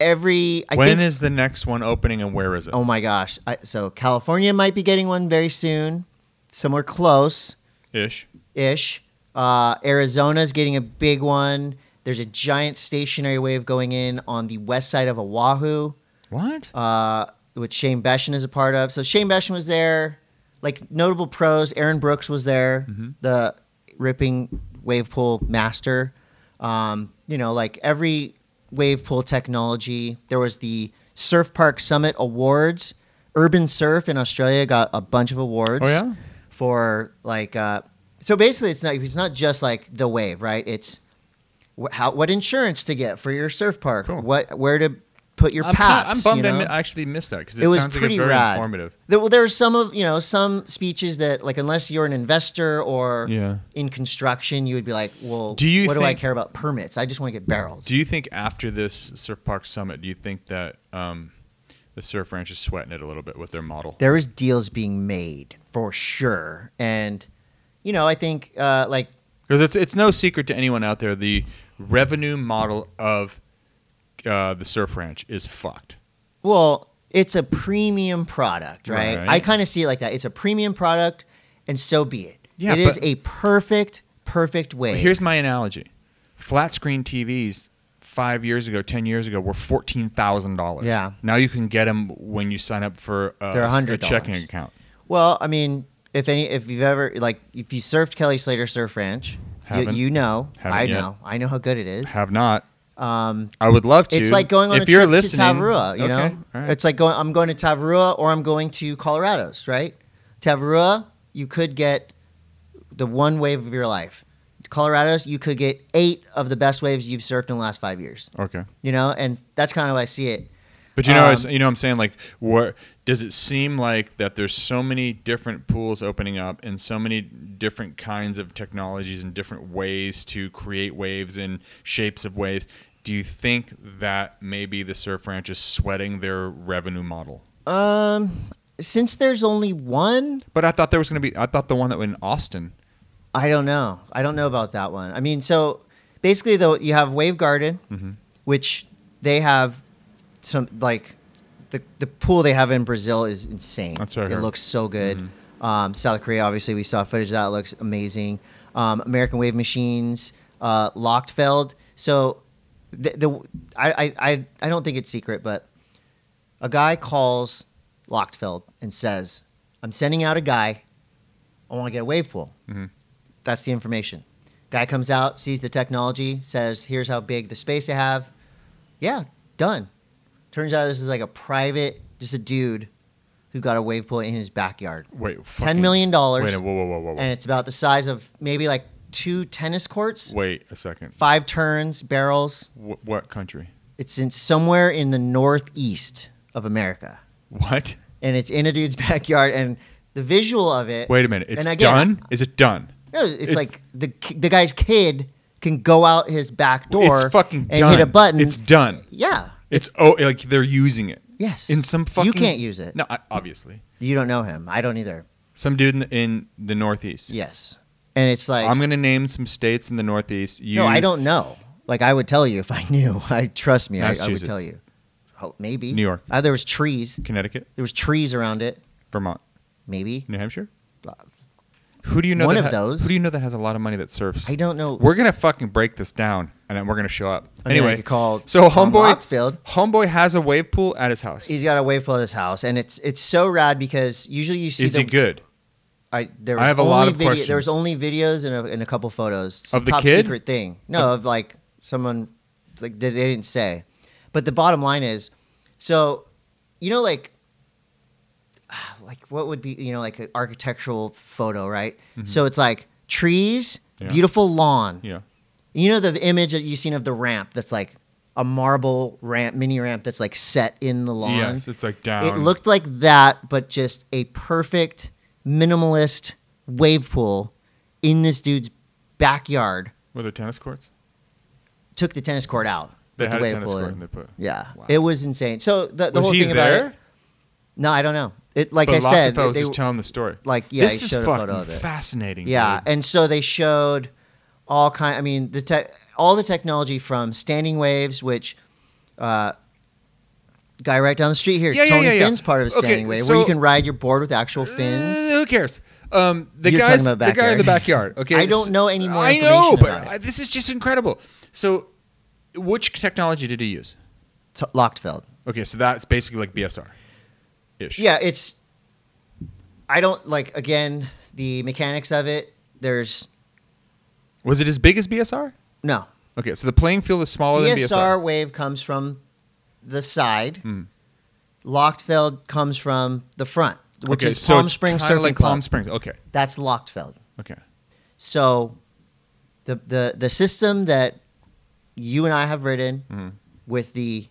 S1: Every I
S2: When is
S1: think
S2: the next one opening and where is it?
S1: Oh my gosh! I, so California might be getting one very soon, somewhere close
S2: Ish.
S1: ish. Uh, Arizona's getting a big one. There's a giant stationary wave going in on the west side of Oahu,
S2: What?
S1: uh, which Shane Beshin is a part of. So Shane Beshin was there, like notable pros. Aaron Brooks was there,
S2: Mm-hmm.
S1: the ripping wave pool master. Um, you know, like every wave pool technology. There was the Surf Park Summit Awards. Urban Surf in Australia got a bunch of awards
S2: Oh, yeah?
S1: for like uh, so basically it's not it's not just like the wave right it's wh- how what insurance to get for your surf park
S2: Cool.
S1: what where to put your
S2: I'm,
S1: paths
S2: I'm bummed
S1: you know?
S2: I mi- actually missed that because it,
S1: It was
S2: sounds
S1: pretty
S2: like a very
S1: rad.
S2: informative.
S1: there, well, there are some of you know some speeches that like unless you're an investor or
S2: Yeah.
S1: in construction you would be like well
S2: Do you
S1: what do I
S2: think-
S1: care about permits I just want to get barreled
S2: Do you think after this Surf Park Summit, do you think that um, the Surf Ranch is sweating it a little bit with their model?
S1: there is deals being made for sure and you know I think uh, like
S2: Because it's it's no secret to anyone out there the revenue model of uh, the Surf Ranch is fucked.
S1: Well, it's a premium product, right?
S2: Right.
S1: I kind of see it like that. It's a premium product, and so be it.
S2: Yeah,
S1: it is
S2: but-
S1: a perfect, perfect way.
S2: Here's my analogy: flat screen TVs five years ago, ten years ago were fourteen thousand dollars.
S1: Yeah.
S2: Now you can get them when you sign up for uh,
S1: They're
S2: a, a
S1: $100.
S2: checking account.
S1: well, I mean, if any, if you've ever like, if you surfed Kelly Slater Surf Ranch, you,
S2: Haven't.
S1: you know,
S2: Haven't
S1: I
S2: yet.
S1: know, I know how good it is.
S2: Have not.
S1: Um,
S2: I would love to.
S1: it's like going on
S2: if
S1: a
S2: you're
S1: trip
S2: listening,
S1: to Tavarua, you
S2: Okay,
S1: know?
S2: all right.
S1: It's like going I'm going to Tavarua or I'm going to Colorado's, right? Tavarua, you could get the one wave of your life. Colorado's, you could get eight of the best waves you've surfed in the last five years.
S2: Okay.
S1: You know, and that's kind of how I see it.
S2: But you know,
S1: Um,
S2: it's- you know, what I'm saying like, where does it seem like that? There's so many different pools opening up, and so many different kinds of technologies and different ways to create waves and shapes of waves. Do you think that maybe the surf ranch is sweating their revenue model?
S1: Um, since there's only one,
S2: But I thought there was going to be. I thought the one that went in Austin.
S1: I don't know. I don't know about that one. I mean, so basically, though, you have Wave Garden,
S2: Mm-hmm.
S1: which they have some like the the pool they have in Brazil is insane.
S2: That's what I
S1: It
S2: heard. Mm-hmm.
S1: looks so good. Um, South Korea, obviously, we saw footage of that It looks amazing. Um, American Wave Machines, uh, Lochtfeld. So the, the I, I I I don't think it's secret, but a guy calls Lochtfeld and says, "I'm sending out a guy. I want to get a wave pool." That's the information. Guy comes out, sees the technology, says, "Here's how big the space they have." Yeah, done. Turns out this is like a private, just a dude who got a wave pool in his backyard.
S2: Wait,
S1: Ten million dollars,
S2: Wait, a- whoa, whoa, whoa, whoa, whoa.
S1: and it's about the size of maybe like two tennis courts,
S2: Wait a second.
S1: five turns, barrels.
S2: Wh- what country?
S1: It's in somewhere in the northeast of America,
S2: What?
S1: and it's in a dude's backyard. And the visual of it.
S2: Wait a minute. It's
S1: And again,
S2: done. Is it done?
S1: No, it's,
S2: It's-
S1: like the ki- the guy's kid can go out his back door
S2: it's fucking
S1: and
S2: done.
S1: hit a button.
S2: It's done.
S1: yeah.
S2: It's oh, like they're using it.
S1: Yes.
S2: In some
S1: You
S2: fucking.
S1: can't use it.
S2: No, I, obviously.
S1: You don't know him. I don't either.
S2: Some dude in the, in the Northeast.
S1: Yes. And it's like
S2: I'm gonna name some states in the Northeast. You,
S1: no, I don't know. Like I would tell you if I knew. I trust me. I, I would
S2: Massachusetts.
S1: tell you. Oh, maybe
S2: New York.
S1: Uh, there was trees.
S2: Connecticut,
S1: There was trees around it.
S2: Vermont,
S1: Maybe.
S2: New Hampshire. Who do you know?
S1: One
S2: that
S1: of those.
S2: Who do you know that has a lot of money that surfs?
S1: I don't know.
S2: We're gonna fucking break this down, and then we're gonna show up.
S1: I mean, I
S2: anyway,
S1: could call
S2: so
S1: Tom
S2: homeboy,
S1: Loxfield.
S2: homeboy has a wave pool at his house.
S1: He's got a wave pool at his house, and it's it's so rad because usually you see
S2: Is
S1: the
S2: he good?
S1: I there
S2: I
S1: was
S2: have a
S1: only
S2: lot of
S1: video, There
S2: questions.
S1: was only videos and a, and a couple photos It's
S2: Of the
S1: top
S2: kid?
S1: secret thing. No, of, like someone like they, they didn't say. But the bottom line is, so you know, like like what would be you know like an architectural photo, right? So it's like trees,
S2: Mm-hmm. Yeah.
S1: beautiful lawn.
S2: Yeah.
S1: You know the image that you've seen of the ramp that's like a marble ramp, mini ramp that's like set in the lawn.
S2: Yes, it's like down.
S1: It looked like that, but just a perfect minimalist wave pool in this dude's backyard.
S2: Were there tennis courts?
S1: Took the tennis court out.
S2: They
S1: put
S2: had
S1: the
S2: a
S1: wave
S2: tennis
S1: pool
S2: court
S1: in.
S2: and they put.
S1: Yeah,
S2: Wow.
S1: it was insane. So the, the
S2: was
S1: whole
S2: he
S1: thing
S2: there?
S1: about it. No, I don't know. It like
S2: but
S1: I said,
S2: Lockefell was
S1: they,
S2: just telling the story.
S1: like yeah,
S2: this
S1: he
S2: is
S1: showed
S2: fucking
S1: a photo of it.
S2: fascinating.
S1: Yeah,
S2: dude.
S1: and so they showed all kind. I mean, the te- all the technology from standing waves, which uh, guy right down the street here,
S2: Yeah, yeah,
S1: Tony
S2: yeah, yeah.
S1: Finn's part of a
S2: Okay,
S1: standing wave, where
S2: so-
S1: you can ride your board with actual fins.
S2: Uh, who cares? Um, the
S1: You're
S2: guys,
S1: talking about
S2: the guy in the
S1: backyard.
S2: backyard. Okay,
S1: I don't know any more
S2: I know,
S1: information
S2: but
S1: about it.
S2: I- this is just incredible. So, which technology did he use?
S1: T- Lochtfeld.
S2: Okay, so that's basically like BSR, ish.
S1: Yeah, it's. I don't like again the mechanics of it. There's
S2: Was it as big as BSR?
S1: no
S2: Okay, so the playing field is smaller than
S1: ESR
S2: BSR.
S1: wave comes from the side.
S2: Hmm.
S1: Lochtfeld comes from the front, which
S2: okay,
S1: is
S2: so
S1: Palm
S2: it's
S1: Springs
S2: kinda
S1: Surfing
S2: like
S1: Club.
S2: Palm Springs. Okay,
S1: That's Lochtfeld.
S2: okay.
S1: So, the the the system that you and I have written
S2: Mhm.
S1: with the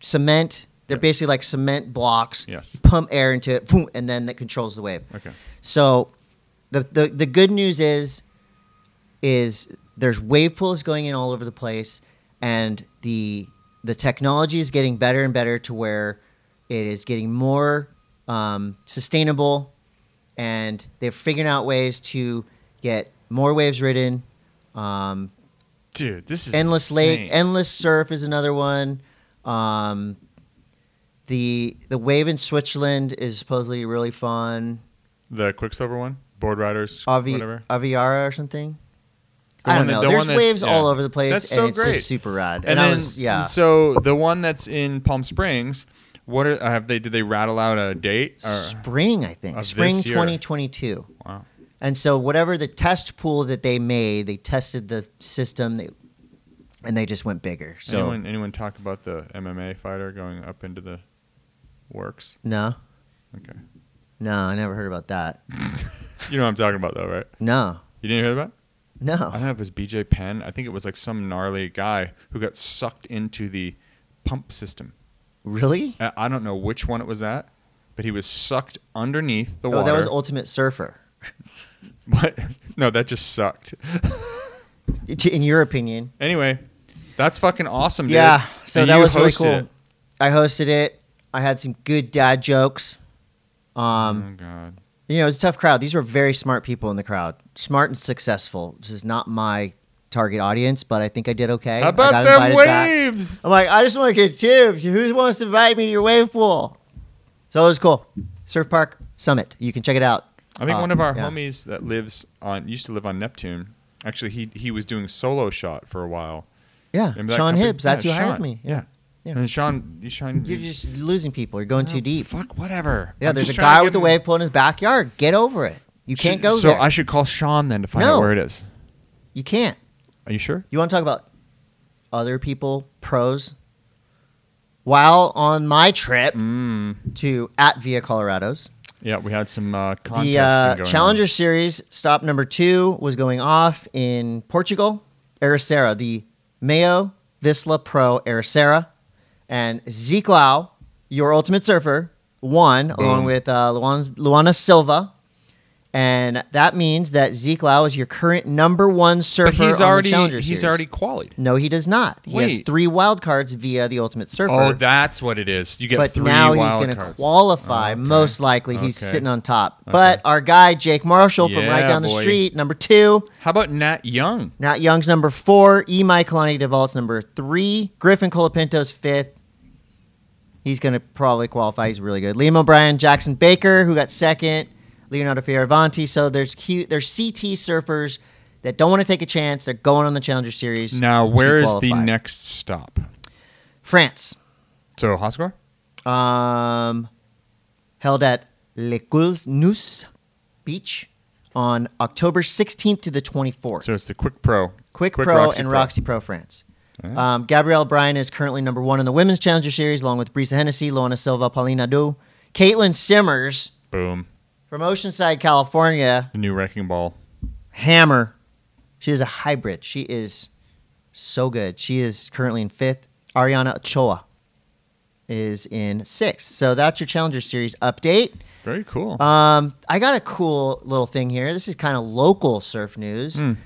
S1: cement, they're
S2: Yeah.
S1: basically like cement blocks.
S2: Yes.
S1: You pump air into it, boom, and then that controls the wave.
S2: Okay.
S1: So the, the the good news is is there's wave pools going in all over the place and the the technology is getting better and better to where it is getting more um, sustainable and they're figuring out ways to get more waves ridden um,
S2: Dude, this is
S1: endless lake
S2: insane.
S1: endless surf is another one um, the the wave in switzerland is supposedly really fun
S2: the Quicksilver one, Board Riders,
S1: Avi,
S2: whatever.
S1: Aviara or something.
S2: The
S1: I don't
S2: one that-
S1: know.
S2: the
S1: There's
S2: one that's-
S1: waves all
S2: yeah.
S1: over the place,
S2: That's so
S1: and it's
S2: great.
S1: just super rad. And,
S2: And,
S1: I
S2: then,
S1: was, yeah.
S2: So the one that's in Palm Springs, what are, have they? Did they rattle out a date? Or,
S1: spring, I think,
S2: uh, of
S1: spring
S2: this year.
S1: 2022.
S2: wow.
S1: And so whatever the test pool that they made, they tested the system, they, and they just went bigger. So
S2: anyone, anyone talk about the MMA fighter going up into the works?
S1: no,
S2: Okay,
S1: no, I never heard about that.
S2: you know what I'm talking about though, right?
S1: No,
S2: You didn't hear that? I don't
S1: No.
S2: know if it was BJ Penn. I think it was like some gnarly guy who got sucked into the pump system.
S1: Really?
S2: I I don't know which one it was at, but he was sucked underneath the
S1: Oh,
S2: water.
S1: that was Ultimate Surfer.
S2: What? No, that just sucked.
S1: To- In your opinion.
S2: anyway, that's fucking awesome, dude.
S1: Yeah. So
S2: And
S1: that
S2: you
S1: was really
S2: hosted
S1: cool.
S2: it.
S1: I hosted it. I had some good dad jokes. Um,
S2: oh god.
S1: you know, it was a tough crowd. These were very smart people in the crowd, smart and successful. This is not my target audience, but I think I did okay.
S2: How
S1: I
S2: about
S1: got
S2: them
S1: invited back.
S2: waves?
S1: I'm like, I just want to get tubed. Who wants to invite me to your wave pool? So it was cool. Surf Park Summit. You can check it out.
S2: I think
S1: Uh,
S2: one of our
S1: yeah.
S2: homies that lives on used to live on Neptune. Actually, he he was doing solo shot for a while.
S1: Yeah,
S2: Remember that
S1: Sean
S2: company?
S1: Hibbs. That's
S2: Yeah,
S1: who hired
S2: Sean.
S1: me.
S2: Yeah.
S1: Yeah.
S2: And Sean, you Sean, Oh,
S1: You're just losing people. You're going too deep.
S2: Fuck, whatever.
S1: Yeah,
S2: I'm
S1: there's a
S2: just trying to
S1: guy
S2: give
S1: with a
S2: him-
S1: wave pool in his backyard. Get over it. You can't
S2: Should-
S1: go
S2: so
S1: there.
S2: I should call Sean then to find
S1: No.
S2: out where it is.
S1: you can't.
S2: Are you sure?
S1: You want to talk about other people pros? While on my trip
S2: Mm.
S1: to at Via Colorados,
S2: Yeah, we had some uh, contesting
S1: the uh,
S2: going on.
S1: Challenger Series stop number two was going off in Portugal, Ericeira, the Mayo Visla Pro Ericeira, and Zeke Lau, your Ultimate Surfer, won along with uh, Luan, Luana Silva. And that means that Zeke Lau is your current number one surfer
S3: But he's
S1: on
S3: already
S1: the Challenger
S3: he's
S1: Series.
S3: already qualified.
S1: No, he does not. He has
S3: Wait.
S1: three wild cards via the Ultimate Surfer.
S2: Oh, that's what it is. You get
S1: but
S2: three
S1: now he's
S2: wild
S1: going to
S2: cards.
S1: qualify.
S2: Okay.
S1: Most likely, he's
S2: Okay.
S1: sitting on top. But our guy Jake Marshall from right
S2: Yeah,
S1: down the
S2: boy.
S1: street, number two.
S2: How about Nat Young?
S1: Nat Young's number four. E. Michaelani DeVault's number three. Griffin Colapinto's fifth. He's going to probably qualify. He's really good. Liam O'Brien, Jackson Baker, who got second. Leonardo Fioravanti. So there's cute. There's CT surfers that don't want to take a chance. They're going on the Challenger Series.
S2: Now,
S1: to
S2: where is the
S1: qualify.
S2: next stop?
S1: France?
S2: So, Hoskar?
S1: um, held at Le Coules Nous Beach on October 16th to the 24th.
S2: So, it's the Quick Pro.
S1: Quick, Pro
S2: Roxy
S1: and Roxy Pro France.
S2: Alright.
S1: Um, Gabrielle Bryan is currently number one in the Women's Challenger Series, along with Brisa Hennessy, Lorna Silva, Paulina Du, Caitlin Simmers
S2: Boom.
S1: from Oceanside, California.
S2: The new Wrecking Ball.
S1: Hammer. She is a hybrid. She is so good. She is currently in fifth. Ariana Ochoa is in sixth. So that's your Challenger Series update.
S2: Very cool.
S1: Um, I got a cool little thing here. This is kind of local surf news.
S2: Mm.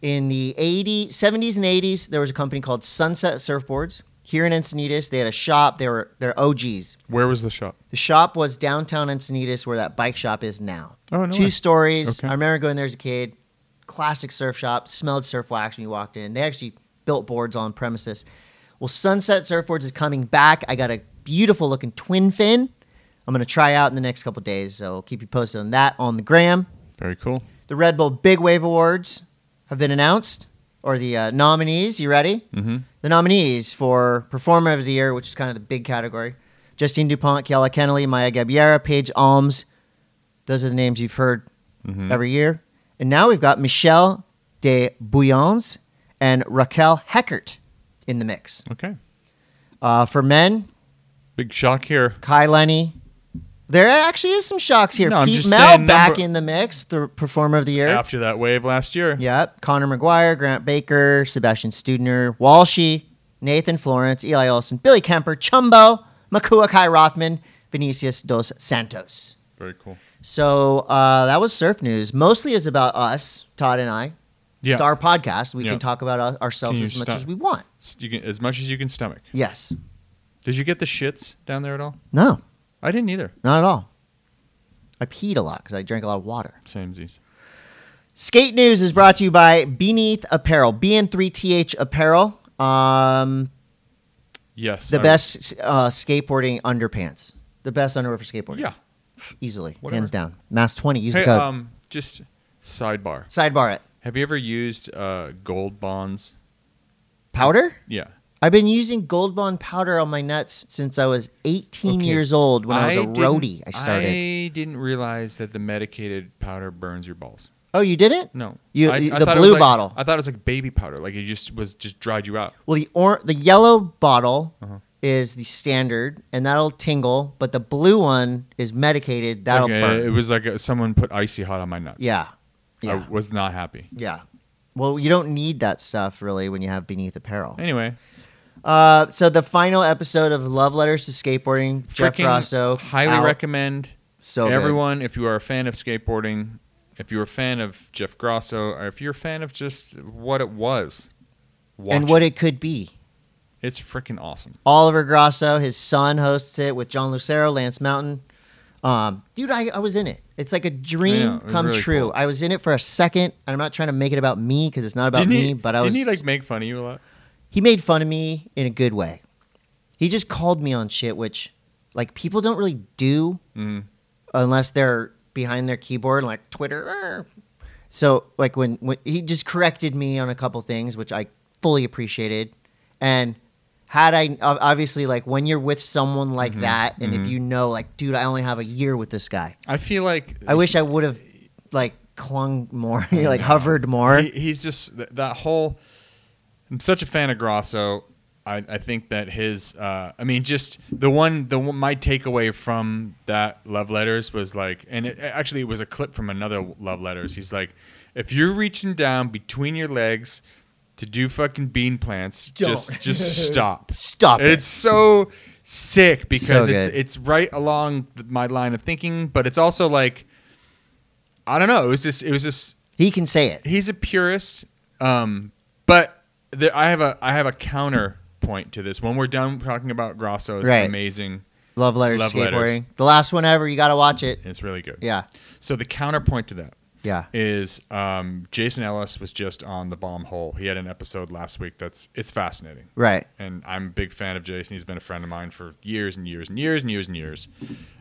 S1: In the 80, 70s and 80s, there was a company called Sunset Surfboards here in Encinitas. They had a shop. They were they're OGs.
S2: where was the shop?
S1: The shop was downtown Encinitas, where that bike shop is now.
S2: Oh, no.
S1: Two
S2: way.
S1: stories.
S2: Okay.
S1: I remember going there as a kid. Classic surf shop. Smelled surf wax when you walked in. They actually built boards on premises. Well, Sunset Surfboards is coming back. I got a beautiful looking twin fin. I'm gonna try out in the next couple days, so keep you posted on that on the gram.
S2: Very cool.
S1: The Red Bull Big Wave Awards have been announced, or the uh, nominees. You ready?
S2: Mm-hmm.
S1: The nominees for Performer of the Year, which is kind of the big category Justine DuPont, Kiala Kennelly, Maya Gabiera, Paige Alms. Those are the names you've heard
S2: Mhm.
S1: every year. And now we've got Michelle de Bouillons and Raquel Heckert in the mix.
S2: Okay.
S1: Uh, for men,
S2: Big shock here.
S1: Kai Lenny. There actually is some shocks here.
S2: No, I'm
S1: Pete
S2: just
S1: Mel
S2: saying
S1: back
S2: number-
S1: in the mix, the Performer of the Year.
S2: After that wave last year.
S1: Yep. Connor McGuire, Grant Baker, Sebastian Studner, Walshy, Nathan Florence, Eli Olson, Billy Kemper, Chumbo, Makua Kai Rothman, Vinicius Dos Santos.
S2: Very cool.
S1: So uh, that was surf news. Mostly is about us, Todd and I.
S2: Yeah.
S1: It's our podcast. We
S2: Yeah.
S1: can talk about us, ourselves
S2: Can you
S1: as much
S2: stop?
S1: as we want.
S2: You can, as much as you can stomach.
S1: Yes.
S2: Did you get the shits down there at all?
S1: No,
S2: I didn't either.
S1: not at all. I peed a lot because I drank a lot of water.
S2: Same Z's.
S1: Skate News is brought to you by Beneath Apparel, BN3TH Apparel. Um,
S2: Yes.
S1: the
S2: I-
S1: best uh, skateboarding underpants. The best underwear for skateboarding.
S2: Yeah.
S1: Easily.
S2: Whatever.
S1: Hands down. Mass 20. Use
S2: Hey,
S1: the code.
S2: um, just sidebar.
S1: Sidebar it.
S2: Have you ever used uh, gold bonds?
S1: Powder?
S2: Yeah.
S1: I've been using Gold Bond powder on my nuts since I was 18
S2: Okay.
S1: years old when I, was a
S2: didn't-
S1: roadie. I started.
S2: I didn't realize that the medicated powder burns your balls.
S1: Oh, you didn't?
S2: No.
S1: You-
S2: I,
S1: you-
S2: I
S1: the
S2: thought it was
S1: blue
S2: like-
S1: bottle.
S2: I thought it was like baby powder. Like it just was just dried you out.
S1: Well, the or- the yellow bottle
S2: Uh-huh.
S1: is the standard, and that'll tingle, but the blue one is medicated. That'll
S2: Like, uh,
S1: burn.
S2: It was like uh someone put icy hot on my nuts.
S1: yeah. Yeah.
S2: I was not happy.
S1: Yeah. Well, you don't need that stuff really when you have beneath apparel.
S2: Anyway,
S1: Uh, so the final episode of Love Letters to Skateboarding, Jeff
S2: freaking
S1: Rosso.
S2: highly
S1: out.
S2: recommend
S1: So good.
S2: everyone if you are a fan of skateboarding, if you're a fan of Jeff Grosso, or if you're a fan of just what it was, watch
S1: and what it could be.
S2: it's freaking awesome.
S1: Oliver Grosso, his son, hosts it with John Lucero, Lance Mountain. Um, dude, I, I was in it. It's like a dream
S2: Yeah, it was
S1: come
S2: really
S1: true.
S2: cool.
S1: I was in it for a second, and I'm not trying to make it about me because it's not about
S2: didn't
S1: me.
S2: he,
S1: but I
S2: didn't
S1: was
S2: he like make fun of you a lot?
S1: he made fun of me in a good way. He just called me on shit, which like people don't really do
S2: Mhm.
S1: unless they're behind their keyboard, like Twitter. "Arr." So like when, when he just corrected me on a couple things, which I fully appreciated, and had I ob- obviously like when you're with someone
S2: Mm-hmm.
S1: like that, and if you know like, dude, I only have a year with this guy.
S2: I feel like
S1: I wish I would have like clung more, like hovered more.
S2: he, he's just th- that whole. I'm such a fan of Grosso. I, I think that his, uh, I mean, just the one, the one, my takeaway from that love letters was like, and it, actually it was a clip from another love letters. He's like, if you're reaching down between your legs to do fucking bean plants, just
S1: Don't.
S2: just stop.
S1: Stop it.
S2: It's so sick because it's
S1: good.
S2: it's right along th- my line of thinking, but it's also like, I don't know. It was just it was just
S1: He can say it.
S2: he's a purist. Um, but there, I have a I have a counterpoint to this. When we're done talking about Grosso's
S1: Right.
S2: amazing,
S1: Love letters,
S2: Love
S1: to skateboarding.
S2: letters.
S1: The last one ever. You got to watch it.
S2: it's really good.
S1: Yeah,
S2: So the counterpoint to that
S1: yeah.
S2: is um, Jason Ellis was just on the bomb hole. He had an episode last week that's it's fascinating.
S1: Right.
S2: And I'm a big fan of Jason. He's been a friend of mine for years and years and years and years and years.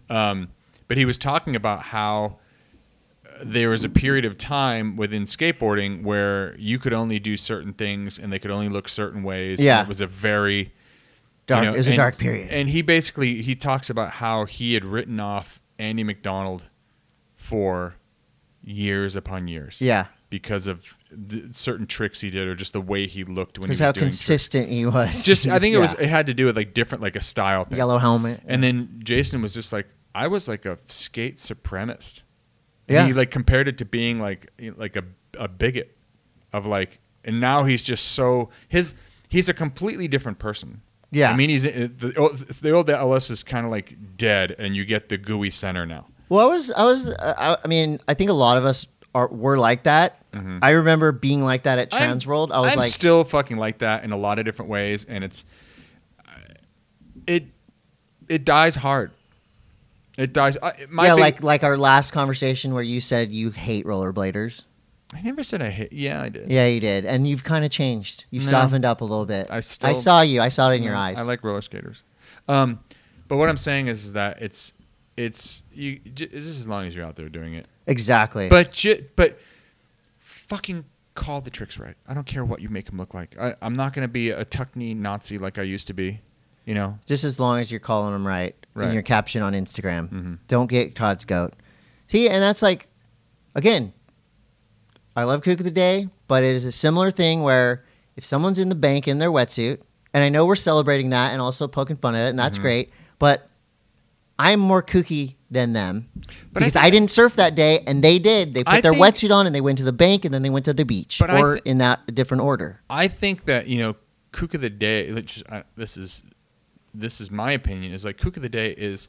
S2: Um, but he was talking about how uh, there was a period of time within skateboarding where you could only do certain things and they could only look certain ways. and
S1: Yeah.
S2: it was a very you
S1: Dark.
S2: know,
S1: it was a
S2: and-
S1: dark period.
S2: And he basically he talks about how he had written off Andy McDonald for years upon years.
S1: yeah,
S2: Because of the certain tricks he did, or just the way he looked when he
S1: because
S2: was
S1: how
S2: doing tricks.
S1: consistent he was.
S2: Just, I think it was
S1: Yeah.
S2: it had to do with like different, like a style thing.
S1: yellow helmet.
S2: And then Jason was just like, I was like a skate supremacist. And
S1: Yeah.
S2: He like compared it to being like like a a bigot of like, and now he's just so his he's a completely different person.
S1: Yeah.
S2: I mean he's eh, the old, the old LS is kind of like dead, and you get the gooey center now.
S1: Well, I was, I was, uh, I, I mean, I think a lot of us are were like that. I remember being like that at Trans
S2: I'm-
S1: World. I was
S2: I'm
S1: like,
S2: still fucking like that in a lot of different ways, and it's it it dies hard. It dies. I, my
S1: yeah,
S2: big-
S1: like like our last conversation where you said you hate rollerbladers.
S2: I never said I hate. Yeah, I did.
S1: Yeah, you did, and you've kind of changed. You've
S2: No.
S1: softened up a little bit.
S2: I still-
S1: saw you. I saw it in your
S2: No,
S1: eyes.
S2: I like roller skaters. Um, but what I'm saying is, is that it's it's you j- it's just as long as you're out there doing it.
S1: exactly.
S2: But j- but fucking call the tricks right. I don't care what you make them look like. I, I'm not gonna be a tuck knee Nazi like I used to be. You know,
S1: just as long as you're calling them right, in
S2: Right.
S1: your caption on Instagram.
S2: Mhm.
S1: Don't get Todd's goat. See, and that's like, again, I love Kook of the Day, but it is a similar thing where if someone's in the bank in their wetsuit, and I know we're celebrating that and also poking fun at it, and that's
S2: Mm-hmm.
S1: great, but I'm more kooky than them
S2: But I
S1: because I,
S2: think-
S1: didn't surf that day and they did. They put
S2: I
S1: their
S2: think-
S1: wetsuit on and they went to the bank and then they went to the beach
S2: But I
S1: or
S2: thi-
S1: in that different order.
S2: I think that you know, kook of the day. Which, uh, this is this is my opinion. Is like kook of the day is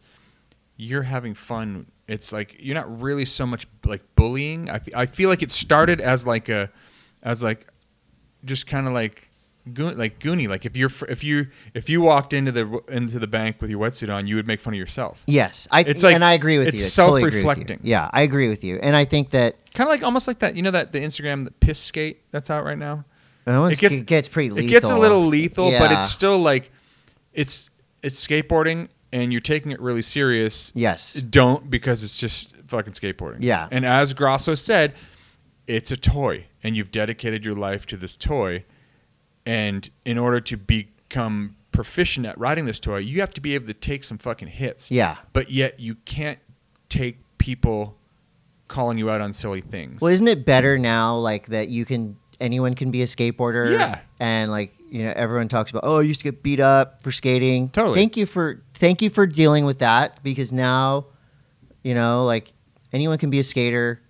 S2: you're having fun. It's like you're not really so much like bullying. I, fe- I feel like it started as like a as like just kind of like goo like goony. Like if you're fr- if you if you walked into the w- into the bank with your wetsuit on, you would make fun of yourself.
S1: Yes, I
S2: It's like-
S1: and I agree with
S2: it's
S1: you. I totally agree with you.
S2: self-reflecting.
S1: Yeah, I agree with you, and I think that
S2: Kind of like almost like that. You know that the Instagram the piss skate that's out right now.
S1: uh, it
S2: It gets-
S1: gets, gets pretty. Lethal.
S2: It gets a little lethal, but
S1: Yeah.
S2: it's still like it's it's skateboarding and you're taking it really serious.
S1: yes,
S2: Don't because it's just fucking skateboarding.
S1: Yeah.
S2: And as Grosso said, it's a toy and you've dedicated your life to this toy and in order to become proficient at riding this toy, you have to be able to take some fucking hits.
S1: yeah.
S2: But yet you can't take people calling you out on silly things.
S1: Well, isn't it better now, like that you can anyone can be a skateboarder?
S2: Yeah.
S1: and like you know, everyone talks about oh, I used to get beat up for skating.
S2: Totally.
S1: Thank you for thank you for dealing with that because now, you know, like anyone can be a skater,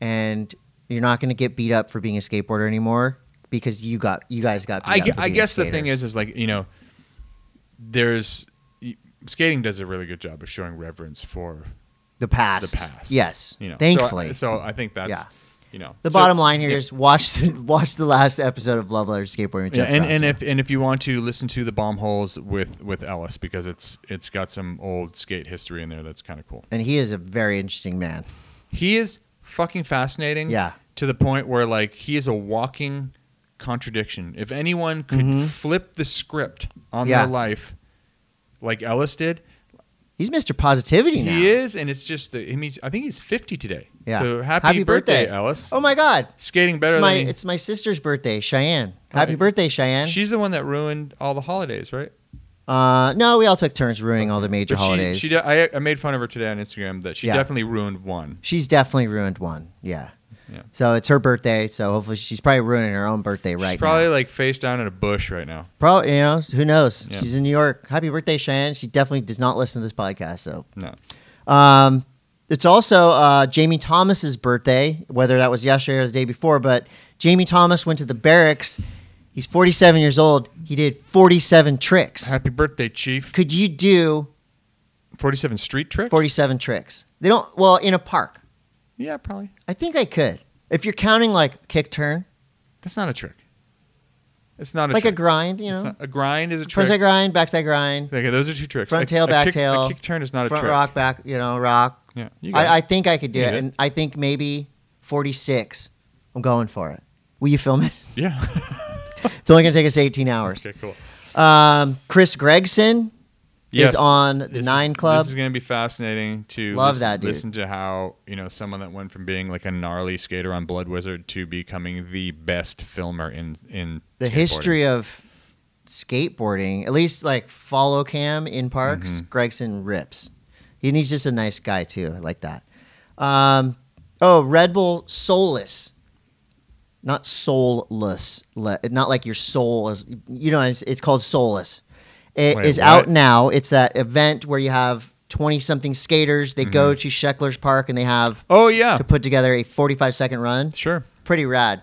S1: and You're not going to get beat up for being a skateboarder anymore because you got you guys got. Beat
S2: I,
S1: up
S2: gue-
S1: for
S2: I
S1: being
S2: guess the
S1: skaters.
S2: thing is, is like you know, there's y- skating does a really good job of showing reverence for
S1: the past.
S2: the past.
S1: Yes.
S2: you know. So I-
S1: Thankfully.
S2: so I, think that's
S1: Yeah.
S2: you know
S1: the
S2: so-
S1: bottom line here
S2: yeah.
S1: is watch the, watch the last episode of Love Letters Skateboarding. with
S2: Yeah,
S1: Jeff
S2: and, and
S1: Grasso.
S2: if and if you want to listen to the bomb holes with with Ellis because it's it's got some old skate history in there that's kind of cool.
S1: and he is a very interesting man.
S2: He is fucking fascinating.
S1: Yeah.
S2: To the point where like he is a walking contradiction. If anyone could flip the script on
S1: Mm-hmm. Yeah.
S2: their life, like Ellis did,
S1: He's Mr. Positivity now.
S2: he is, and it's just the. I mean, I think he's fifty today.
S1: Yeah.
S2: So happy,
S1: Happy
S2: birthday,
S1: birthday.
S2: Ellis.
S1: Oh my God!
S2: Skating better
S1: It's my
S2: than Oh, me.
S1: it's my sister's birthday, Cheyenne. Happy
S2: Right.
S1: birthday, Cheyenne.
S2: She's the one that ruined all the holidays, right?
S1: uh, no, we all took turns ruining all the major
S2: But she-
S1: holidays.
S2: She, de- I, I made fun of her today on Instagram that she
S1: Yeah.
S2: definitely ruined one.
S1: She's definitely ruined one. Yeah.
S2: Yeah.
S1: So it's her birthday. So hopefully she's probably ruining her own birthday right
S2: She's probably like face down in a bush right now.
S1: now. Probably, you know, who knows?
S2: Yeah.
S1: She's in New York. Happy birthday, Cheyenne. She definitely does not listen to this podcast. So
S2: No.
S1: Um, it's also uh, Jamie Thomas's birthday, whether that was yesterday or the day before. But Jamie Thomas went to the barracks. He's 47 years old. He did 47 tricks.
S2: Happy birthday, Chief.
S1: Could you do
S2: 47 street tricks?
S1: 47 tricks? They don't. Well, in a park,
S2: Yeah, probably.
S1: I think I could. If you're counting like kick turn,
S2: That's not a trick. It's not a
S1: like a
S2: trick.
S1: grind, you
S2: It's
S1: know,
S2: not- a grind is a trick.
S1: front side grind, backside grind,
S2: okay, those are two tricks.
S1: front
S2: A-
S1: tail,
S2: a
S1: back
S2: kick-
S1: tail,
S2: A kick turn is not
S1: front
S2: a trick.
S1: rock, back, you know, rock.
S2: Yeah. You
S1: I,
S2: got
S1: I
S2: it.
S1: think I could do
S2: You
S1: it,
S2: did.
S1: and I think maybe 46. I'm going for it. Will you film it?
S2: yeah.
S1: It's only going to take us 18 hours.
S2: okay, cool.
S1: Um, Chris Gregson
S2: Yes.
S1: is on the
S2: This is-
S1: Nine Club.
S2: This is going to be fascinating to
S1: Love
S2: listen,
S1: that dude.
S2: listen to how you know someone that went from being like a gnarly skater on Blood Wizard to becoming the best filmer in in
S1: the
S2: skateboarding.
S1: history of skateboarding, at least like follow cam in parks,
S2: Mm-hmm.
S1: Gregson rips. And he's just a nice guy too. I like that. Um, oh, Red Bull soulless, not soulless. le- Not like your soul is. You know, it's, it's called soulless. It is
S2: Wait, what?
S1: out now. It's that event where you have twenty something skaters. They go
S2: Mm-hmm.
S1: to Sheckler's Park and they have
S2: Oh yeah,
S1: to put together a forty-five second run
S2: sure.
S1: pretty rad.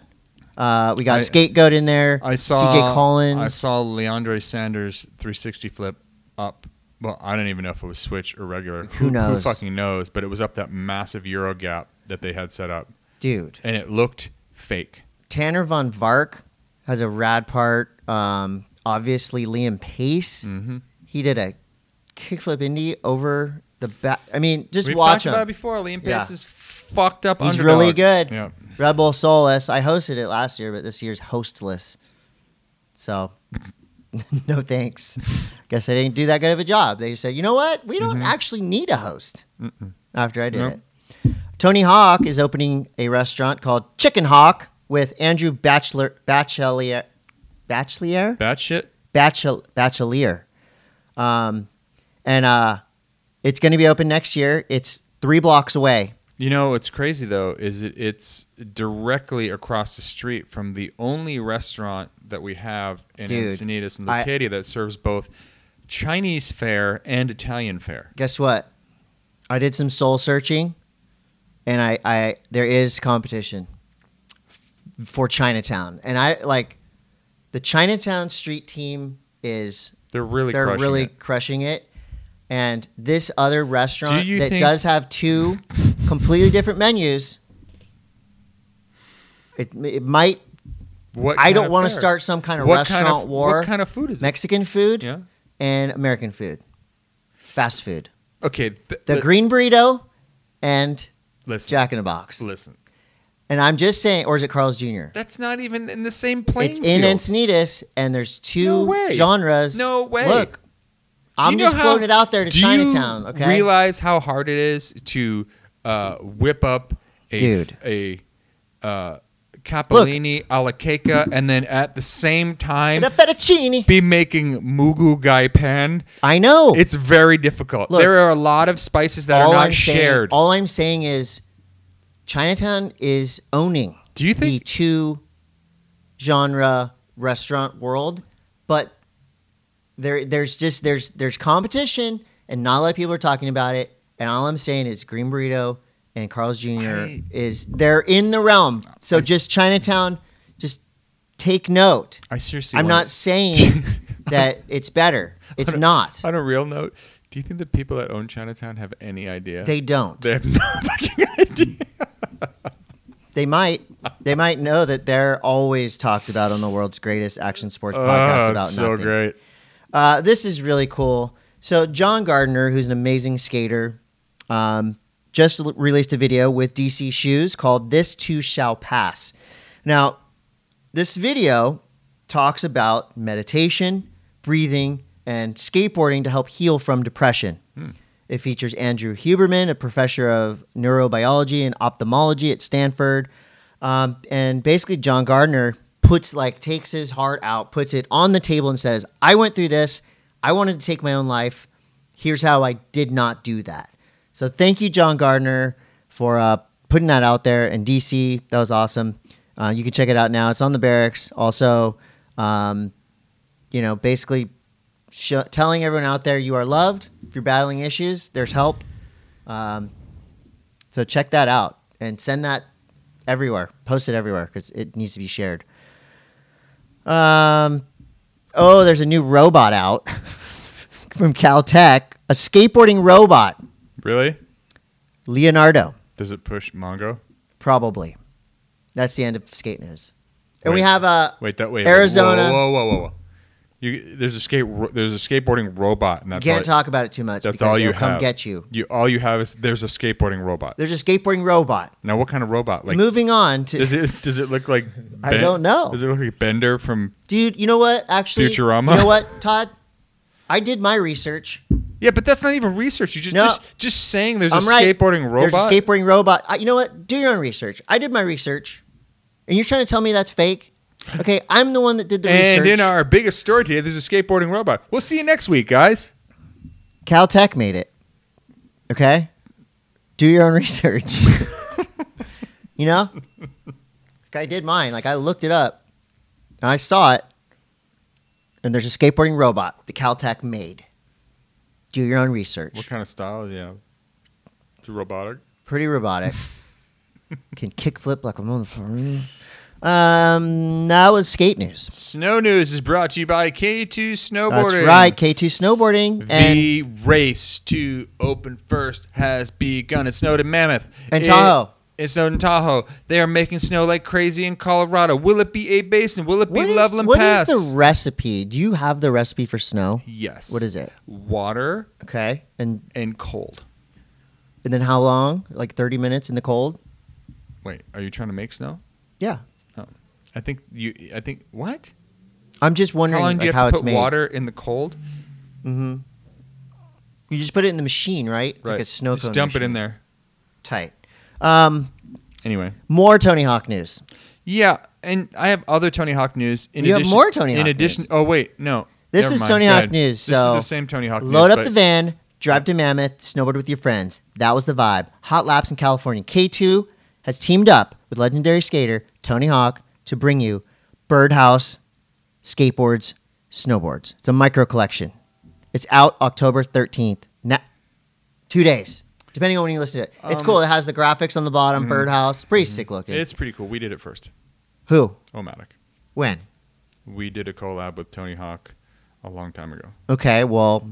S1: Uh, we got
S2: I-
S1: Scapegoat in there.
S2: I saw
S1: CJ Collins.
S2: I saw Leandre Sanders 360 flip up. Well, I don't even know if it was switch or regular.
S1: Who knows?
S2: Who fucking knows? But it was up that massive Euro gap that they had set up,
S1: Dude,
S2: and it looked fake.
S1: Tanner von Vark has a rad part. Um, obviously, Liam Pace.
S2: Mm-hmm.
S1: He did a kickflip indie over the back. I mean, just
S2: We've
S1: watch
S2: talked about it
S1: him.
S2: before. Liam Pace
S1: Yeah.
S2: is fucked up.
S1: He's
S2: underdog.
S1: really good.
S2: Yeah.
S1: Red Bull Solus. I hosted it last year, but this year's hostless. So, no thanks. Guess I didn't do that good of a job. They said, you know what? We don't actually need a host.
S2: Mm-hmm. Mm-mm.
S1: after I did
S2: No.
S1: it. Tony Hawk is opening a restaurant called Chicken Hawk with Andrew Bachelor Bachelier Bachelier
S2: Bad shit.
S1: Bachel Bachelier. Um and uh it's gonna be open next year. It's three blocks away.
S2: You know what's crazy though is it, it's directly across the street from the only restaurant that we have in
S1: Dude,
S2: Encinitas and
S1: I-
S2: Lucadia that serves both Chinese fare and Italian fare.
S1: Guess what? I did some soul searching and I, I there is competition f- for Chinatown. And I like the Chinatown street team is
S2: They're really
S1: they're
S2: crushing
S1: really
S2: it.
S1: crushing it. And this other restaurant
S2: Do you
S1: that
S2: think-
S1: does have two completely different menus, it, it might.
S2: What
S1: I
S2: kind
S1: don't
S2: of
S1: want to
S2: fare?
S1: start some kind of
S2: What kind
S1: restaurant
S2: of-
S1: war.
S2: What kind of food is it?
S1: Mexican food
S2: Yeah.
S1: and American food, fast food.
S2: Okay. Th-
S1: The
S2: li-
S1: green burrito and
S2: listen,
S1: Jack in a Box.
S2: Listen,
S1: And I'm just saying, or is it Carl's Jr.?
S2: that's not even in the same plane.
S1: It's in
S2: field.
S1: Encinitas, and there's two
S2: No way.
S1: genres.
S2: No way.
S1: Look,
S2: Do
S1: I'm
S2: you know
S1: just
S2: how-
S1: floating it out there to
S2: do
S1: Chinatown.
S2: You
S1: okay.
S2: Realize how hard it is to uh, whip up a
S1: Dude.
S2: a uh, capellini alla cake and then at the same time
S1: And a fettuccine.
S2: be making mugu gai pan.
S1: I know.
S2: It's very difficult.
S1: Look.
S2: there are a lot of spices that are not shared.
S1: Saying, all I'm saying is Chinatown is owning
S2: Do you
S1: the
S2: think
S1: two genre restaurant world, but there there's just there's there's competition and not a lot of people are talking about it. And all I'm saying is green burrito and Carl's Jr.
S2: I-
S1: is they're in the realm. So just Chinatown, just take note.
S2: I seriously.
S1: I'm
S2: wonder-
S1: not saying that it's better. It's
S2: don't-
S1: not.
S2: On a real note, do you think the people that own Chinatown have any idea?
S1: They don't.
S2: They have no fucking idea.
S1: They might. They might know that they're always talked about on the world's greatest action sports podcast
S2: oh,
S1: about
S2: it's so
S1: nothing.
S2: great.
S1: Uh, this is really cool. So John Gardner, who's an amazing skater, um, just l- released a video with DC shoes called "This Too Shall Pass." Now, this video talks about meditation, breathing, and skateboarding to help heal from depression. It features Andrew Huberman, a professor of neurobiology and ophthalmology at Stanford. Um, and basically, John Gardner puts, like, takes his heart out, puts it on the table, and says, I went through this. I wanted to take my own life. Here's how I did not do that. So, thank you, John Gardner, for uh, putting that out there. And DC, that was awesome. Uh, you can check it out now. It's on the barracks. Also, um, you know, basically sh- telling everyone out there you are loved. If you're battling issues, there's help. Um, so check that out and send that everywhere. Post it everywhere because it needs to be shared. Um, oh, there's a new robot out from Caltech, a skateboarding robot,
S2: Really?
S1: Leonardo,
S2: Does it push Mongo?
S1: probably. That's the end of skate news. And we
S2: Wait.
S1: have uh, a
S2: Wait, that wait.
S1: Arizona.
S2: Whoa, whoa, whoa, whoa. whoa. You, there's a skate. ro- There's a skateboarding robot, and
S1: you
S2: that's
S1: can't
S2: all-
S1: talk about it too much.
S2: That's
S1: because
S2: all you
S1: they'll come
S2: have.
S1: get you.
S2: You all you have is there's a skateboarding robot.
S1: There's a skateboarding robot.
S2: Now, what kind of robot? Like,
S1: Moving on to
S2: does it does it look like?
S1: I don't know.
S2: Does it look like Bender from?
S1: Dude, you know what? Actually,
S2: Futurama?
S1: You know what, Todd? I did my research.
S2: Yeah, but that's not even research. You just
S1: No.
S2: just just saying there's
S1: I'm
S2: a
S1: right.
S2: skateboarding robot.
S1: There's a skateboarding robot. I, you know what? Do your own research. I did my research, and you're trying to tell me that's fake? Okay, I'm the one that did the
S2: and
S1: research.
S2: in our biggest story today, there's a skateboarding robot. We'll see you next week, guys.
S1: Caltech made it. Okay, do your own research. you know, like I did mine. Like I looked it up, and I saw it. And there's a skateboarding robot that Caltech made. Do your own research.
S2: What kind of style? Yeah, it's robotic.
S1: pretty robotic. Can kickflip like a motherfucker. Um, that was skate news.
S2: Snow News is brought to you by K2 Snowboarding.
S1: That's right, K two snowboarding and
S2: The race to open first has begun. It snowed in Mammoth.
S1: And
S2: It-
S1: Tahoe.
S2: It snowed in Tahoe. They are making snow like crazy in Colorado. Will it be a basin? Will it be
S1: what is,
S2: Loveland
S1: what is
S2: Pass?
S1: the recipe? Do you have the recipe for snow?
S2: yes.
S1: What is it?
S2: Water
S1: Okay, and
S2: and cold.
S1: and then how long? Like thirty minutes in the cold?
S2: Wait, are you trying to make snow? Oh.
S1: Yeah,
S2: I think you. I think what?
S1: I'm just wondering
S2: How long
S1: like,
S2: do you
S1: how
S2: have to
S1: it's
S2: put
S1: made.
S2: water in the cold?
S1: Mm-hmm. You just put it in the machine, right? Like a snow
S2: Just
S1: cone
S2: dump it in
S1: machine.
S2: there.
S1: Tight. Um,
S2: Anyway.
S1: more Tony Hawk news.
S2: Yeah, and I have other Tony Hawk news. In
S1: You have
S2: addition,
S1: more Tony
S2: in
S1: Hawk
S2: addition,
S1: news.
S2: oh wait, no.
S1: This
S2: Never
S1: is
S2: mind.
S1: Tony
S2: Go
S1: Hawk
S2: ahead.
S1: news,
S2: this is
S1: so
S2: the same Tony Hawk.
S1: Load
S2: news,
S1: up
S2: but
S1: the van, drive to Mammoth, snowboard with your friends. That was the vibe. Hot laps in California. K2 has teamed up with legendary skater Tony Hawk to bring you Birdhouse skateboards, snowboards. It's a micro collection. It's out October 13th. Na- two days, depending on when you listen to it. It's
S2: Um, mm-hmm.
S1: cool. It has the graphics on the bottom, Birdhouse. Pretty sick looking.
S2: It's pretty cool. We did it first.
S1: Who?
S2: Omatic.
S1: When?
S2: We did a collab with Tony Hawk a long time ago.
S1: Okay, well,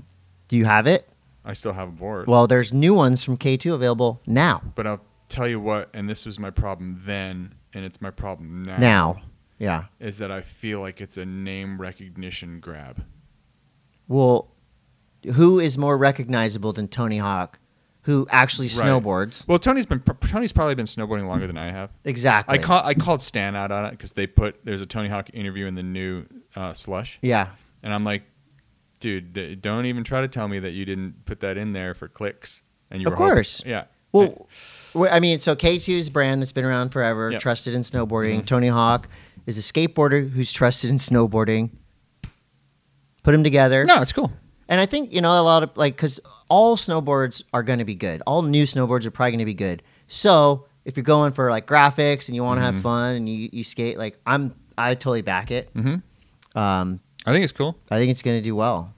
S1: do you have it?
S2: I still have a board.
S1: Well, there's new ones from K2 available now.
S2: but I'll tell you what, and this was my problem then, and it's my problem now.
S1: Now. Yeah.
S2: is that I feel like it's a name recognition grab.
S1: Well, who is more recognizable than Tony Hawk, who actually
S2: Right.
S1: snowboards?
S2: Well, Tony's been Tony's probably been snowboarding longer than I have.
S1: Exactly.
S2: I call, I called Stan out on it because they put there's a Tony Hawk interview in the new uh, slush.
S1: yeah.
S2: And I'm like, dude, th- don't even try to tell me that you didn't put that in there for clicks. And you
S1: Of
S2: were hoping-
S1: course.
S2: yeah.
S1: Well, well, I mean, so K2's brand that's been around forever,
S2: Yep.
S1: trusted in snowboarding.
S2: Mm-hmm.
S1: Tony Hawk is a skateboarder who's trusted in snowboarding. Put them together.
S2: no, it's cool.
S1: And I think, you know, a lot of like, because all snowboards are going to be good. All new snowboards are probably going to be good. So if you're going for like graphics and you want to
S2: Mm-hmm.
S1: have fun and you, you skate, like, I'm, I totally back it.
S2: Mhm.
S1: Um,
S2: I think it's cool.
S1: I think it's going to do well.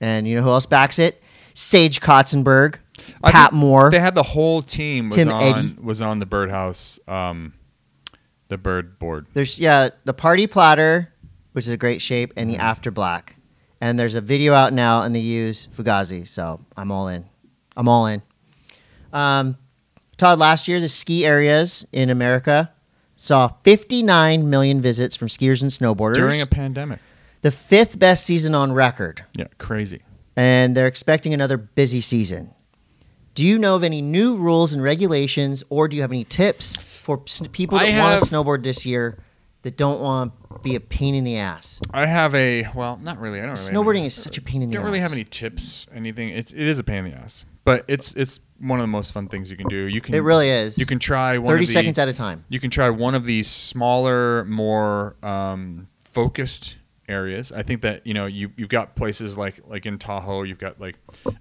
S1: And you know who else backs it? Sage Kotzenberg.
S2: I
S1: Pat
S2: think
S1: Moore.
S2: They had the whole team was
S1: Er Tim
S2: on
S1: Egge.
S2: was on the birdhouse, um, the bird board.
S1: There's yeah, the party platter, which is a great shape, and the
S2: Mm-hmm.
S1: after black. And there's a video out now, and they use Fugazi. So I'm all in. I'm all in. Um, Todd, last year the ski areas in America saw 59 million visits from skiers and snowboarders.
S2: during a pandemic.
S1: the fifth best season on record,
S2: Yeah, crazy.
S1: and they're expecting another busy season. Do you know of any new rules and regulations, or do you have any tips for s- people
S2: I
S1: that want
S2: have-
S1: to snowboard this year that don't want to be a pain in the ass?
S2: I have a well, not really. I don't. Really
S1: Snowboarding is such a pain in the
S2: Don't really
S1: ass.
S2: have any tips, anything. It's it is a pain in the ass, but it's it's one of the most fun things you can do. You can
S1: It really is.
S2: You can try one
S1: Thirty
S2: of the,
S1: seconds at a time.
S2: You can try one of these smaller, more um, focused areas. I think that you know you you've got places like like in Tahoe, you've got like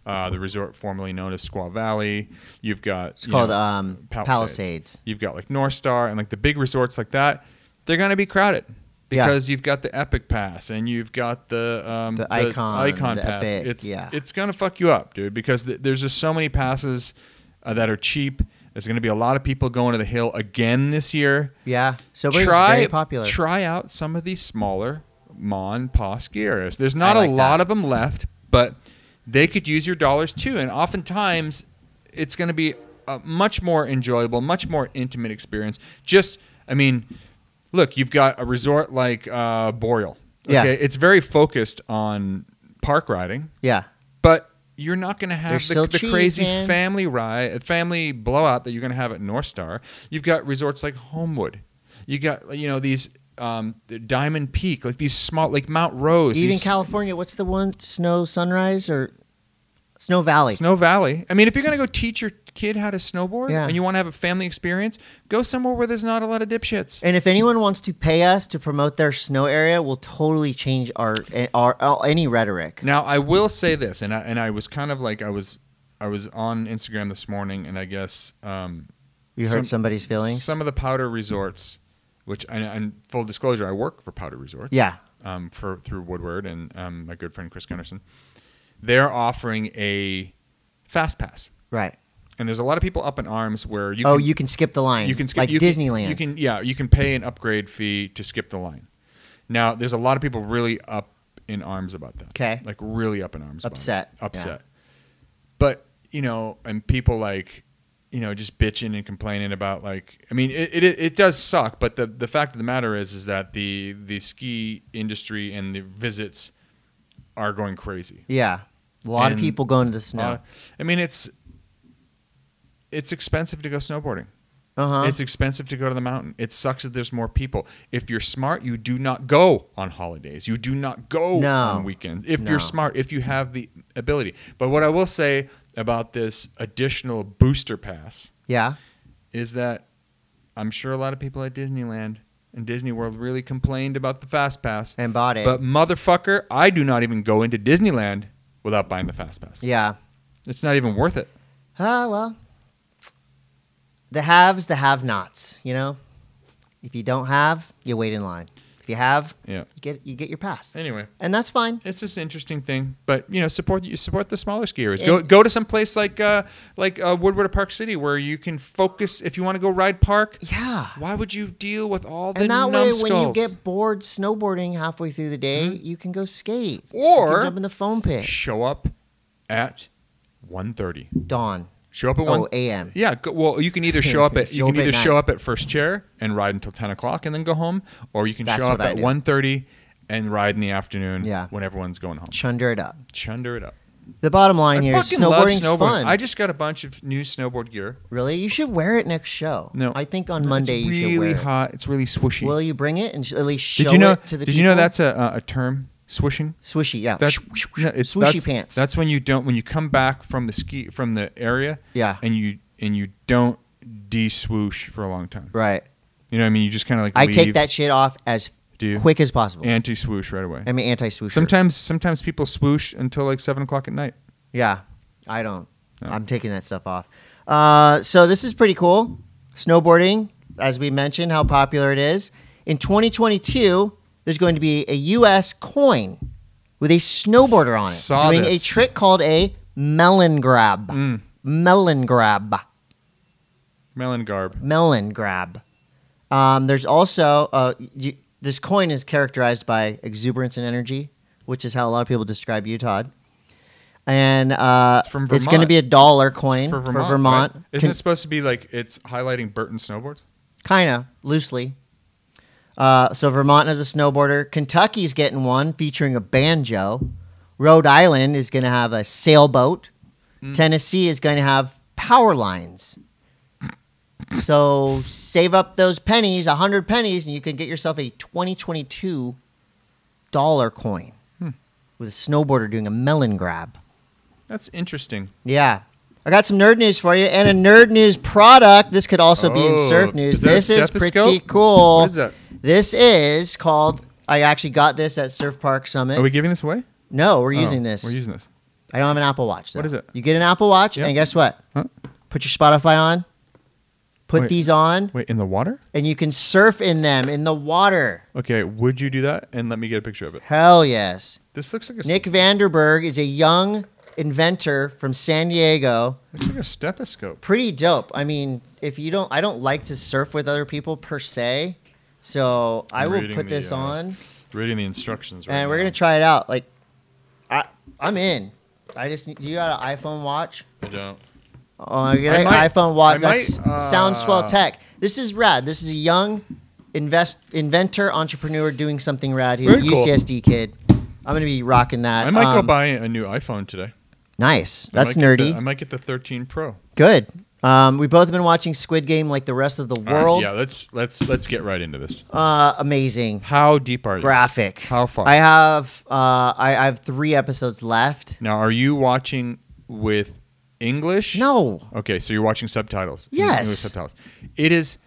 S2: uh, the resort formerly known as Squaw Valley. You've got
S1: It's called um, Palisades.
S2: You've got like North Star and like the big resorts like that. They're gonna be crowded
S1: Yeah.
S2: because you've got the Epic Pass and you've got the um,
S1: The Icon,
S2: Icon
S1: the
S2: Pass.
S1: Epic,
S2: it's
S1: yeah.
S2: it's gonna fuck you up, dude, because th- there's just so many passes uh, that are cheap. There's gonna be a lot of people going to the hill again this year.
S1: Yeah, snowboarding
S2: try
S1: is very popular.
S2: try out some of these smaller mon pos gears. There's not
S1: I
S2: a
S1: like
S2: lot
S1: that.
S2: of them left, but they could use your dollars too. And oftentimes, it's going to be a much more enjoyable, much more intimate experience. Just, I mean, look, you've got a resort like uh, Boreal.
S1: Yeah.
S2: it's very focused on park riding,
S1: yeah,
S2: but you're not going to have
S1: There's
S2: the,
S1: still
S2: the
S1: trees,
S2: crazy
S1: man.
S2: family ride, uh, family blowout that you're going to have at North Star. You've got resorts like Homewood. You got uh, you know these um, Diamond Peak, like these small, like Mount Rose,
S1: even
S2: these-
S1: California. What's the one? Snow Sunrise or Snow Valley?
S2: Snow Valley. I mean, if you're going to go teach your kid how to snowboard
S1: Yeah.
S2: and you want to have a family experience, go somewhere where there's not a lot of dipshits.
S1: And if anyone wants to pay us to promote their snow area, we'll totally change our eh, our, our any rhetoric.
S2: Now I will say this, and I and I was kind of like I was I was on Instagram this morning, and I guess um,
S1: You hurt
S2: Some-
S1: somebody's feelings.
S2: Some of the powder resorts, which and, and full disclosure, I work for powder resorts.
S1: yeah,
S2: Um, for through Woodward and um, my good friend Chris Gunnerson, they're offering a fast pass,
S1: right.
S2: and there's a lot of people up in arms where you
S1: oh,
S2: can,
S1: you can skip the line.
S2: you can skip
S1: like
S2: you can-
S1: Disneyland.
S2: you can yeah you can pay an upgrade fee to skip the line. Now there's a lot of people really up in arms about that.
S1: 'Kay.
S2: like really up in arms. about it.
S1: Upset, yeah.
S2: Upset. But you know, and people like you know just bitching and complaining about like I mean it, it it does suck. But the the fact of the matter is is that the the ski industry and the visits are going crazy.
S1: yeah, a lot of
S2: And-
S1: people go into the snow.
S2: Uh, I mean it's it's expensive to go snowboarding.
S1: Uh huh.
S2: It's expensive to go to the mountain. It sucks that there's more people. If you're smart, you do not go on holidays. You do not go
S1: No.
S2: on weekends. If
S1: No.
S2: you're smart, if you have the ability. But what I will say about this additional booster pass
S1: Yeah.
S2: is that I'm sure a lot of people at Disneyland and Disney World really complained about the fast pass.
S1: And bought it.
S2: But motherfucker, I do not even go into Disneyland without buying the fast pass.
S1: yeah.
S2: It's not even worth it.
S1: Ah, well. The haves, the have nots, you know? If you don't have, you wait in line. If you have,
S2: Yeah.
S1: you get you get your pass.
S2: Anyway,
S1: And that's fine.
S2: it's just an interesting thing. But you know, support you support the smaller skiers.
S1: It-
S2: Go go to some place like uh, like uh, Woodward or Park City where you can focus. If you want to go ride park,
S1: Yeah.
S2: why would you deal with all the
S1: And that way when you
S2: numbskulls? Hmm?
S1: get bored snowboarding halfway through the day, you can go skate. You can
S2: Or-
S1: jump in the foam pit.
S2: show up at 1.30.
S1: Dawn.
S2: Show up at one.
S1: Oh, AM.
S2: Yeah, go, well, you can either show up at you
S1: Show
S2: can
S1: up at
S2: either
S1: night.
S2: show up at first chair and ride until ten o'clock and then go home, or you can
S1: That's
S2: show up
S1: what I
S2: at
S1: do.
S2: 1.30 and ride in the afternoon
S1: Yeah.
S2: when everyone's going home.
S1: Chunder it up.
S2: Chunder it up.
S1: The bottom line here is snowboarding's fun.
S2: I just got a bunch of new snowboard gear.
S1: really? You should wear it next show.
S2: No.
S1: I think on
S2: It's
S1: Monday you
S2: really
S1: should wear it.
S2: hot. It's really swishy.
S1: Will you bring it and sh- at least show
S2: did you know?
S1: it to the
S2: did
S1: people?
S2: you know that's a, uh, a term? Swishing.
S1: swishy? Yeah,
S2: That's no, it's-
S1: swishy
S2: that's-
S1: pants.
S2: That's when you don't when you come back from the ski from the area.
S1: Yeah.
S2: And you and you don't de swoosh for a long time.
S1: right.
S2: You know what I mean? You just kind of like
S1: I
S2: leave,
S1: take that shit off as
S2: Do you?
S1: quick as possible.
S2: anti swoosh right away.
S1: I mean, anti swoosh.
S2: sometimes sometimes people swoosh until like seven o'clock at night.
S1: yeah, I don't.
S2: No.
S1: I'm taking that stuff off. Uh, so this is pretty cool. Snowboarding, as we mentioned, how popular it is. In 2022, there's going to be a U.S. coin with a snowboarder on it
S2: Saw
S1: doing
S2: this.
S1: a trick called a melon grab.
S2: Mm.
S1: melon grab.
S2: Melon garb.
S1: Melon grab. Um, there's also uh, you, this coin is characterized by exuberance and energy, which is how a lot of people describe you, Todd. And uh,
S2: It's from
S1: going to
S2: Vermont.
S1: be a dollar coin
S2: For Vermont.
S1: for Vermont.
S2: right? Isn't it supposed to be like it's highlighting Burton snowboards?
S1: Kind of loosely. Uh, so Vermont has a snowboarder. Kentucky's getting one featuring a banjo. Rhode Island is going to have a sailboat. Tennessee is going to have power lines. So save up those pennies, a hundred pennies, and you can get yourself a 2022 dollar coin with a snowboarder doing a melon grab.
S2: That's interesting.
S1: Yeah. I got some nerd news for you and a nerd news product. This could also be in
S2: Oh,
S1: surf news.
S2: is that a
S1: This is
S2: stethoscope?
S1: pretty cool.
S2: What is that?
S1: This is called. I actually got this at Surf Park Summit.
S2: Are we giving this away?
S1: no, we're
S2: Oh,
S1: using this.
S2: We're using this.
S1: I don't have an Apple Watch. Though.
S2: What is it?
S1: You get an Apple Watch,
S2: Yep.
S1: and guess what?
S2: Huh?
S1: Put your Spotify on. Put
S2: Wait.
S1: these on,
S2: Wait, in the water?
S1: and you can surf in them in the water.
S2: Okay, would you do that? And let me get a picture of it.
S1: Hell yes.
S2: This looks like a
S1: Nick Vanderberg is a young inventor from San Diego.
S2: looks like a stethoscope.
S1: pretty dope. I mean, if you don't, I don't like to surf with other people per se. So I
S2: I'm
S1: will
S2: reading
S1: put
S2: the,
S1: this
S2: uh,
S1: on,
S2: Reading the instructions right
S1: and Uh, we're
S2: now.
S1: gonna try it out. Like, I I'm in. I just need, do you got an iPhone watch?
S2: I don't.
S1: Oh, I get
S2: I
S1: an
S2: might-
S1: iPhone watch.
S2: I
S1: That's
S2: might,
S1: SoundSwell
S2: uh,
S1: Tech. This is rad. This is a young invest inventor entrepreneur doing something rad. He's a
S2: Very cool.
S1: UCSD kid. I'm gonna be rocking that.
S2: I might go
S1: Um,
S2: buy a new iPhone today.
S1: Nice.
S2: I
S1: That's
S2: might get
S1: nerdy.
S2: the- I might get the 13 Pro.
S1: Good. Um, we both have been watching Squid Game like the rest of the
S2: All right,
S1: world.
S2: Uh, yeah, let's let's let's get right into this.
S1: Uh, amazing.
S2: How deep are they?
S1: graphic.
S2: How far?
S1: I have uh, I, I have three episodes left.
S2: Now, are you watching with English?
S1: No,
S2: Okay, so you're watching subtitles. Eng-
S1: Yes.
S2: English subtitles. It is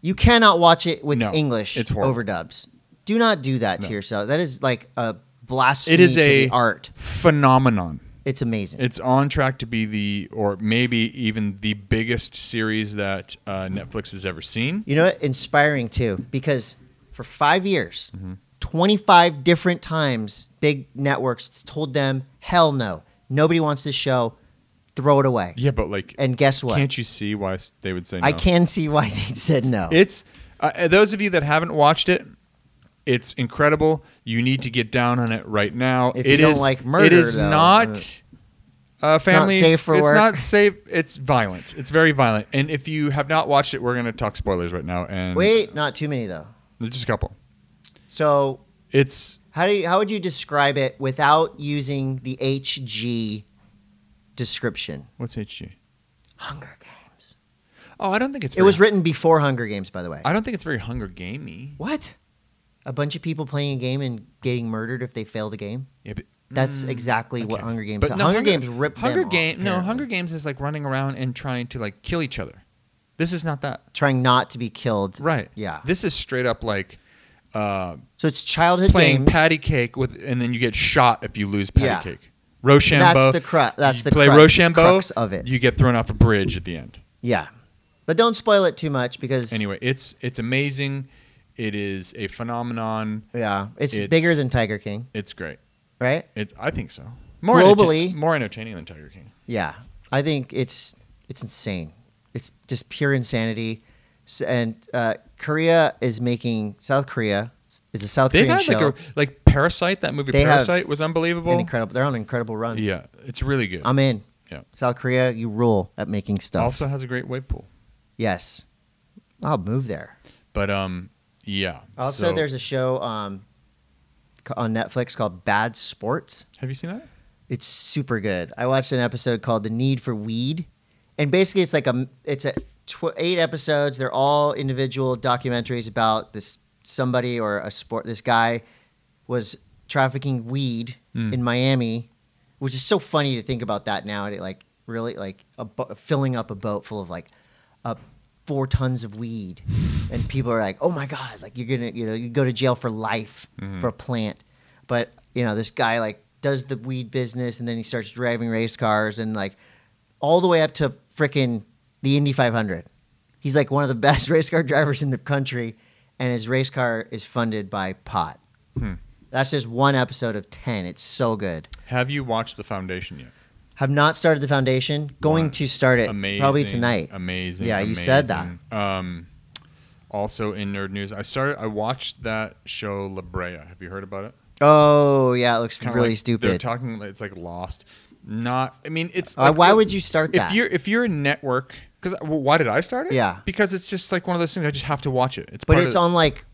S1: you cannot watch it with
S2: No,
S1: English
S2: it's horrible.
S1: overdubs. Do not do that
S2: No.
S1: to yourself. That is like a blasphemy.
S2: It is
S1: to
S2: a-
S1: the art.
S2: phenomenon.
S1: It's amazing.
S2: It's on track to be the, or maybe even the biggest series that uh, Netflix has ever seen.
S1: you know what? Inspiring too, because for five years,
S2: Mm-hmm.
S1: twenty-five different times, big networks told them, "Hell no, nobody wants this show. Throw it away."
S2: Yeah, but like,
S1: And guess what?
S2: can't you see why s- they would say no?
S1: I can see why they said no.
S2: It's uh, uh, those of you that haven't watched it. It's incredible. You need to get down on it right now.
S1: If
S2: It
S1: you don't
S2: is-
S1: like murder,
S2: it is
S1: though,
S2: not uh, family.
S1: safe for
S2: it's
S1: work.
S2: not safe. It's violent. It's very violent. And if you have not watched it, we're going to talk spoilers right now. And
S1: Wait, not too many though.
S2: there's just a couple.
S1: So
S2: It's
S1: How do you, how would you describe it without using the HG description?
S2: what's HG?
S1: Hunger Games.
S2: Oh, I don't think it's.
S1: It was written before Hunger Games, by the way.
S2: I don't think it's very Hunger Gamey.
S1: what? A bunch of people playing a game and getting murdered if they fail the game.
S2: Yeah, but
S1: That's exactly what
S2: okay.
S1: Hunger Games.
S2: But
S1: so
S2: no,
S1: Hunger, Games ripped
S2: Hunger
S1: them off,
S2: Game. No,
S1: apparently.
S2: Hunger Games is like running around and trying to like kill each other. This is not that.
S1: trying not to be killed.
S2: Right.
S1: Yeah.
S2: This is straight up like uh,
S1: So it's childhood
S2: playing
S1: games.
S2: patty cake with, and then you get shot if you lose patty
S1: Yeah.
S2: cake. Rochambeau.
S1: That's the cru- that's
S2: you
S1: the
S2: play
S1: cru-
S2: Rochambeau.
S1: crux of it.
S2: You get thrown off a bridge at the end.
S1: yeah. But don't spoil it too much because
S2: Anyway, it's it's amazing. It is a phenomenon.
S1: yeah, it's,
S2: It's-
S1: bigger than Tiger King,
S2: It's great.
S1: right?
S2: It I think so.
S1: Globally-
S2: enter- more entertaining than Tiger King.
S1: Yeah, I think it's it's insane. It's just pure insanity. S- And uh, Korea is making South Korea is a South
S2: They've
S1: Korean
S2: had like
S1: show.
S2: a like Parasite. That movie
S1: They have
S2: Parasite was unbelievable.
S1: an incredible. They're on an incredible run.
S2: Yeah, it's really good.
S1: I'm in.
S2: Yeah.
S1: South Korea, you rule at making stuff.
S2: also has a great wave pool.
S1: yes, I'll move there.
S2: But um, yeah.
S1: Also,
S2: so-
S1: there's a show um, c- on Netflix called Bad Sports.
S2: have you seen that?
S1: It's super good. I watched an episode called "The Need for Weed," and basically, it's like a it's a tw- eight episodes. They're all individual documentaries about this somebody or a sport. This guy was trafficking weed
S2: Mm.
S1: in Miami, which is so funny to think about that now. and It like really like a bo- filling up a boat full of like uh, four tons of weed, and people are like, "Oh my god!" Like you're gonna you know you go to jail for life for a plant, but you know this guy like does the weed business and then he starts driving race cars and like all the way up to freaking the Indy 500. He's like one of the best race car drivers in the country, and his race car is funded by pot.
S2: Hmm.
S1: That's just one episode of 10. It's so good.
S2: Have you watched The Foundation yet?
S1: Have not started the foundation. Going
S2: Wow.
S1: to start it
S2: amazing.
S1: probably tonight.
S2: Amazing.
S1: Yeah, you said that.
S2: amazing. Um, also in nerd news, I started. I watched that show La Brea. Have you heard about it?
S1: Oh yeah, it looks
S2: Kinda
S1: really
S2: like- They're
S1: stupid.
S2: talking. like- It's like Lost. Not. I mean, it's.
S1: Uh,
S2: like-
S1: why would you start
S2: If
S1: that?
S2: you're if you're a network, because well, why did I start it?
S1: Yeah.
S2: Because it's just like one of those things. I just have to watch it. It's
S1: but
S2: part
S1: it's
S2: of,
S1: on like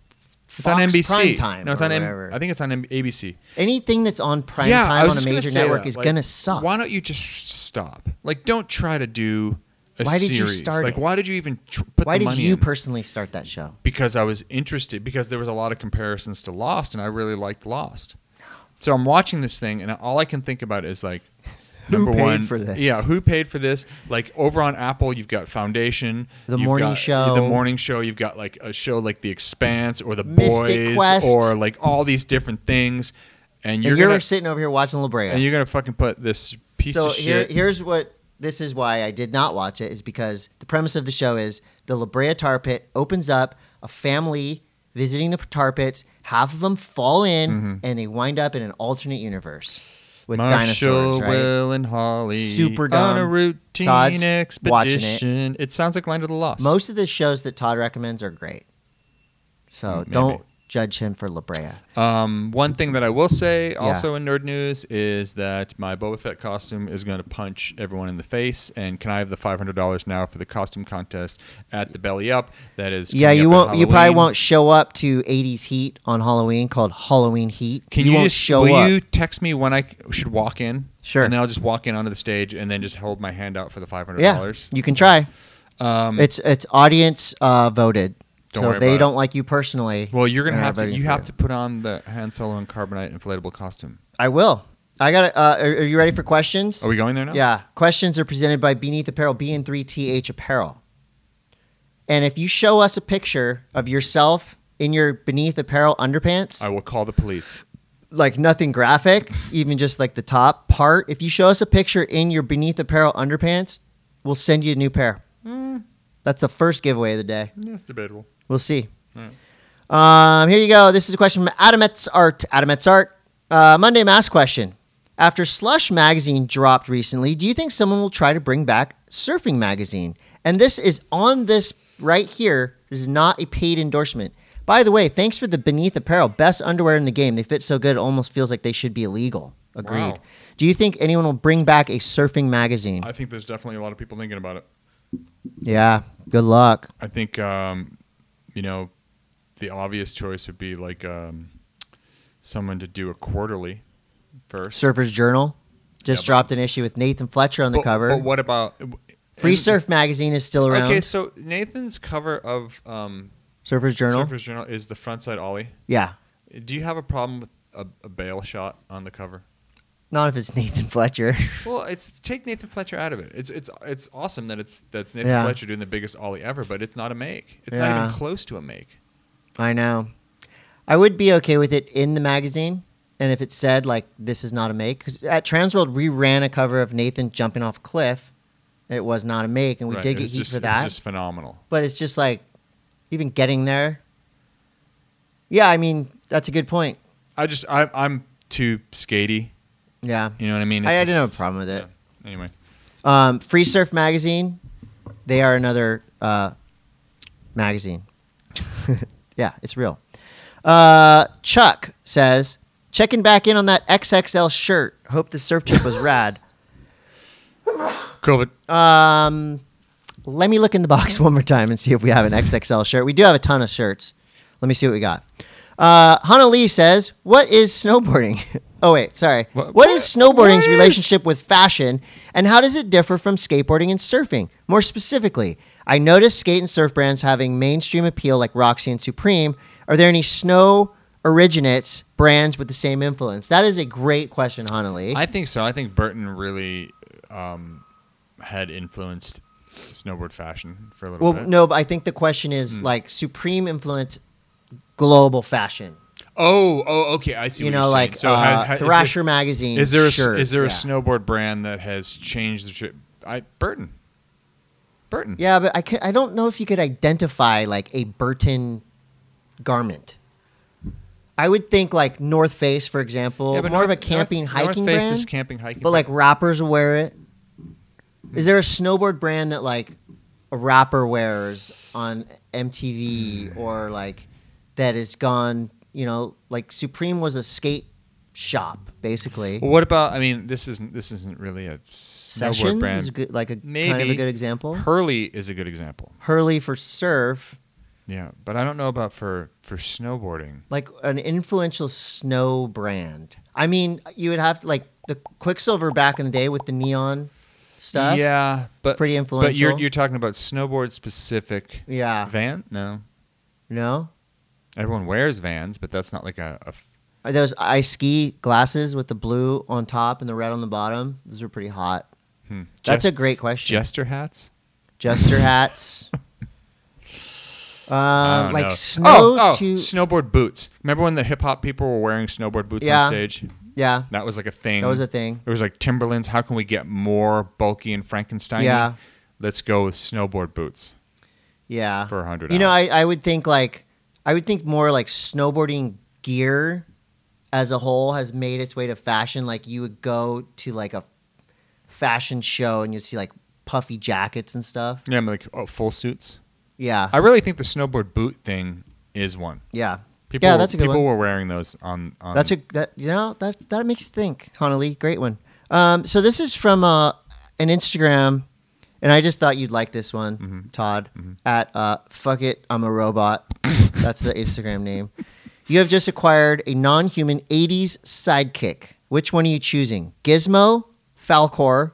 S2: It's on
S1: Fox
S2: NBC.
S1: prime time.
S2: No, it's
S1: or
S2: on.
S1: whatever.
S2: M- I think it's on M- ABC.
S1: anything that's on prime
S2: yeah, I
S1: time on
S2: was
S1: a
S2: just gonna
S1: major
S2: say
S1: network
S2: that,
S1: is
S2: like,
S1: gonna suck.
S2: Why don't you just stop? Like, don't try to do. A
S1: Why did
S2: series.
S1: you start
S2: Like,
S1: it?
S2: why did you even tr- put
S1: Why
S2: the
S1: did
S2: money
S1: you
S2: in?
S1: personally start that show?
S2: because I was interested because there was a lot of comparisons to Lost and I really liked Lost. So I'm watching this thing and all I can think about is like
S1: Who
S2: number
S1: paid
S2: one
S1: for this?
S2: Yeah, who paid for this? Like over on Apple you've got Foundation,
S1: The
S2: you've
S1: Morning
S2: got-
S1: Show.
S2: The Morning Show, you've got like a show like The Expanse or The
S1: Mystic
S2: Boys
S1: Quest.
S2: or like all these different things and you're,
S1: and you're
S2: gonna,
S1: sitting over here watching La Brea.
S2: and you're gonna fucking put this piece
S1: so
S2: of
S1: here,
S2: shit
S1: here's what this is why I did not watch it is because the premise of the show is the La Brea tar pit opens up a family visiting the tar pits. Half of them fall in
S2: Mm-hmm.
S1: and they wind up in an alternate universe with
S2: Marshall,
S1: dinosaurs, right?
S2: Will, and Holly
S1: Super
S2: on a
S1: dumb.
S2: routine
S1: Todd's watching it.
S2: expedition. It. sounds like Land of the Lost.
S1: Most of the shows that Todd recommends are great. So
S2: Mm, Maybe.
S1: don't judge him for La Brea.
S2: Um, one thing that I will say also in nerd news is that my Boba Fett costume is going to punch everyone in the face. And can I have the five hundred dollars now for the costume contest at the Belly Up? That is
S1: Yeah,
S2: coming
S1: you
S2: up at
S1: won't. You probably
S2: Halloween.
S1: won't show up to '80s Heat on Halloween called Halloween Heat.
S2: Can you,
S1: won't
S2: just
S1: show
S2: will
S1: up.
S2: you text me when I c- should walk in?
S1: Sure.
S2: And then I'll just walk in onto the stage and then just hold my hand out for the five hundred
S1: yeah,
S2: dollars.
S1: you can try.
S2: Um,
S1: It's it's audience uh, voted.
S2: Don't
S1: so
S2: worry
S1: if they
S2: about
S1: don't like you personally,
S2: well, you're gonna
S1: they're not
S2: have to.
S1: voting
S2: You
S1: for
S2: have to put on the Han Solo and Carbonite inflatable costume.
S1: I will. I got. to Uh, are, are you ready for questions?
S2: Are we going there now?
S1: Yeah. Questions are presented by Beneath Apparel, B3TH Apparel. And if you show us a picture of yourself in your Beneath Apparel underpants,
S2: I will call the police.
S1: like nothing graphic, even just like the top part, if you show us a picture in your Beneath Apparel underpants, we'll send you a new pair.
S2: Mm.
S1: That's the first giveaway of the day.
S2: That's debatable.
S1: We'll see. Um, here you go. This is a question from Adam Art. Adam Art. Uh, Monday Mass question. After Slush magazine dropped recently, do you think someone will try to bring back Surfing magazine? And this is on this right here. This is not a paid endorsement. By the way, thanks for the Beneath Apparel. Best underwear in the game. They fit so good, it almost feels like they should be illegal. Agreed.
S2: Wow.
S1: Do you think anyone will bring back a surfing magazine?
S2: I think there's definitely a lot of people thinking about it.
S1: yeah. Good luck.
S2: I think um, you know the obvious choice would be like um, someone to do a quarterly first.
S1: Surfer's Journal just
S2: Yeah, but-
S1: dropped an issue with Nathan Fletcher on the
S2: but,
S1: cover.
S2: But what about
S1: Free
S2: Uh, and-
S1: Surf magazine is still around.
S2: Okay, so Nathan's cover of um,
S1: Surfer's Journal.
S2: Surfer's Journal is the frontside ollie.
S1: Yeah,
S2: Do you have a problem with a, a bail shot on the cover?
S1: not if it's Nathan Fletcher.
S2: Well, it's take Nathan Fletcher out of it. It's it's it's awesome that it's that's Nathan
S1: Yeah.
S2: Fletcher doing the biggest ollie ever, but it's not a make. It's not
S1: Yeah.
S2: even close to a make.
S1: I know. I would be okay with it in the magazine, and if it said like this is not a make, because at Transworld we ran a cover of Nathan jumping off a cliff. It was not a make, and we
S2: Right,
S1: did
S2: it
S1: get
S2: was
S1: heat
S2: just-
S1: for
S2: It
S1: that.
S2: was just phenomenal.
S1: but it's just like even getting there. Yeah, I mean that's a good point.
S2: I just I, I'm too skatey.
S1: Yeah,
S2: You know what I mean?
S1: I, I
S2: It's
S1: didn't have a
S2: just-
S1: problem with it.
S2: Yeah. Anyway,
S1: Um, Free Surf Magazine, they are another uh, magazine. yeah, it's real. Uh, Chuck says, checking back in on that XXL shirt. Hope the surf trip was rad.
S2: COVID.
S1: Um, let me look in the box one more time and see if we have an XXL shirt. We do have a ton of shirts. Let me see what we got. Uh, Hannah Lee says, "What is snowboarding?" oh wait, sorry.
S2: What-
S1: what is snowboarding's
S2: what is-
S1: relationship with fashion, and how does it differ from skateboarding and surfing? More specifically, I noticed skate and surf brands having mainstream appeal like Roxy and Supreme. Are there any snow originates brands with the same influence? That is a great question, Hannah Lee.
S2: I think so. I think Burton really um, had influenced snowboard fashion for a little
S1: Well,
S2: bit.
S1: no, but I think the question
S2: Hmm.
S1: is like supreme influence global fashion.
S2: Oh, oh, okay. I see.
S1: You
S2: what
S1: know,
S2: you're
S1: like
S2: saying. so
S1: uh,
S2: ha- ha- is there-
S1: Thrasher magazine.
S2: Is there a, s-
S1: shirt.
S2: is there a
S1: yeah.
S2: snowboard brand that has changed the trip? I Burton. Burton.
S1: Yeah, but I could, I don't know if you could identify like a Burton garment. I would think like North Face, for example,
S2: Yeah,
S1: more
S2: North-
S1: of a camping
S2: North,
S1: hiking
S2: North Face
S1: brand.
S2: is camping hiking.
S1: but like
S2: brand. Hmm.
S1: rappers wear it. Is there a snowboard brand that like a rapper wears on MTV or like that has gone? You know, like Supreme was a skate shop basically.
S2: Well, what about? I mean, this isn't this isn't really a snowboard
S1: Sessions is a
S2: brand.
S1: good, like a kind of a
S2: Maybe.
S1: good example.
S2: Hurley is a good example.
S1: Hurley for surf,
S2: Yeah, but I don't know about for for snowboarding.
S1: like an influential snow brand. I mean, you would have to like the Quicksilver back in the day with the neon stuff.
S2: Yeah, but
S1: Pretty
S2: But you're
S1: influential.
S2: you're talking about snowboard specific
S1: Yeah.
S2: van? No,
S1: No.
S2: everyone wears vans, but that's not like a. a f-
S1: Are those ice ski glasses with the blue on top and the red on the bottom? Those are pretty hot.
S2: hmm.
S1: That's
S2: Jes-
S1: a great question.
S2: jester hats.
S1: Jester hats.
S2: I
S1: Um,
S2: don't
S1: like
S2: know.
S1: snow
S2: oh, oh,
S1: to
S2: snowboard boots. Remember when the hip hop people were wearing snowboard boots
S1: Yeah.
S2: on stage?
S1: yeah,
S2: That was like a thing.
S1: that was a thing.
S2: It was like Timberlands. How can we get more bulky and Frankenstein?
S1: Yeah.
S2: Let's go with snowboard boots
S1: Yeah,
S2: for a hundred.
S1: you know, I, I would think like I would think more like snowboarding gear as a whole has made its way to fashion. Like you would go to like a fashion show and you'd see like puffy jackets and stuff.
S2: yeah, I'm like oh, full suits.
S1: Yeah,
S2: I really think the snowboard boot thing is one.
S1: yeah.
S2: People,
S1: Yeah, that's a good one.
S2: people were wearing those on. on
S1: That's a that you know that that makes you think, Honolulu. Great one. Um, so this is from uh, an Instagram, and I just thought you'd like this one, Todd. At uh, fuck it, I'm a robot. That's the Instagram name. You have just acquired a non-human '80s sidekick. Which one are you choosing? Gizmo, Falcor,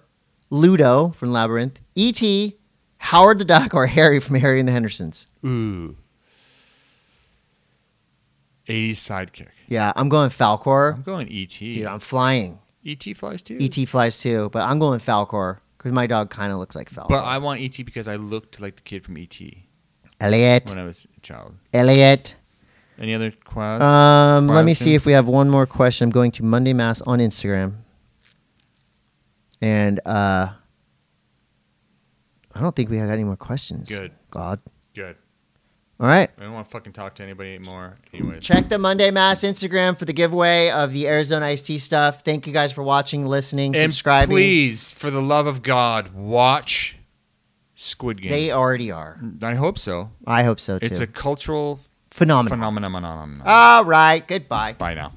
S1: Ludo from Labyrinth, E.T., Howard the Duck, or Harry from Harry and the Hendersons?
S2: ooh. 80s sidekick.
S1: Yeah, I'm going Falcor.
S2: I'm going E ET.
S1: Dude, I'm flying.
S2: ET flies too.
S1: ET E flies too, but I'm going Falcor because my dog kind of looks like Falcor.
S2: But I want ET because I looked like the kid from ET
S1: Elliot,
S2: when I was a child.
S1: Elliot.
S2: Any other quads?
S1: Um, let me
S2: questions?
S1: see if we have one more question. I'm going to Monday Mass on Instagram, and uh, I don't think we have any more questions.
S2: Good.
S1: God.
S2: Good.
S1: All right.
S2: I don't want to fucking talk to anybody anymore. Anyways.
S1: Check the Monday Mass Instagram for the giveaway of the Arizona Iced Tea stuff. Thank you guys for watching, listening,
S2: And
S1: subscribing.
S2: please, for the love of God, watch Squid Game.
S1: They already are.
S2: I hope so.
S1: I hope so too. Ah.
S2: It's a cultural
S1: phenomenal.
S2: phenomenon.
S1: All right. Goodbye.
S2: Bye now.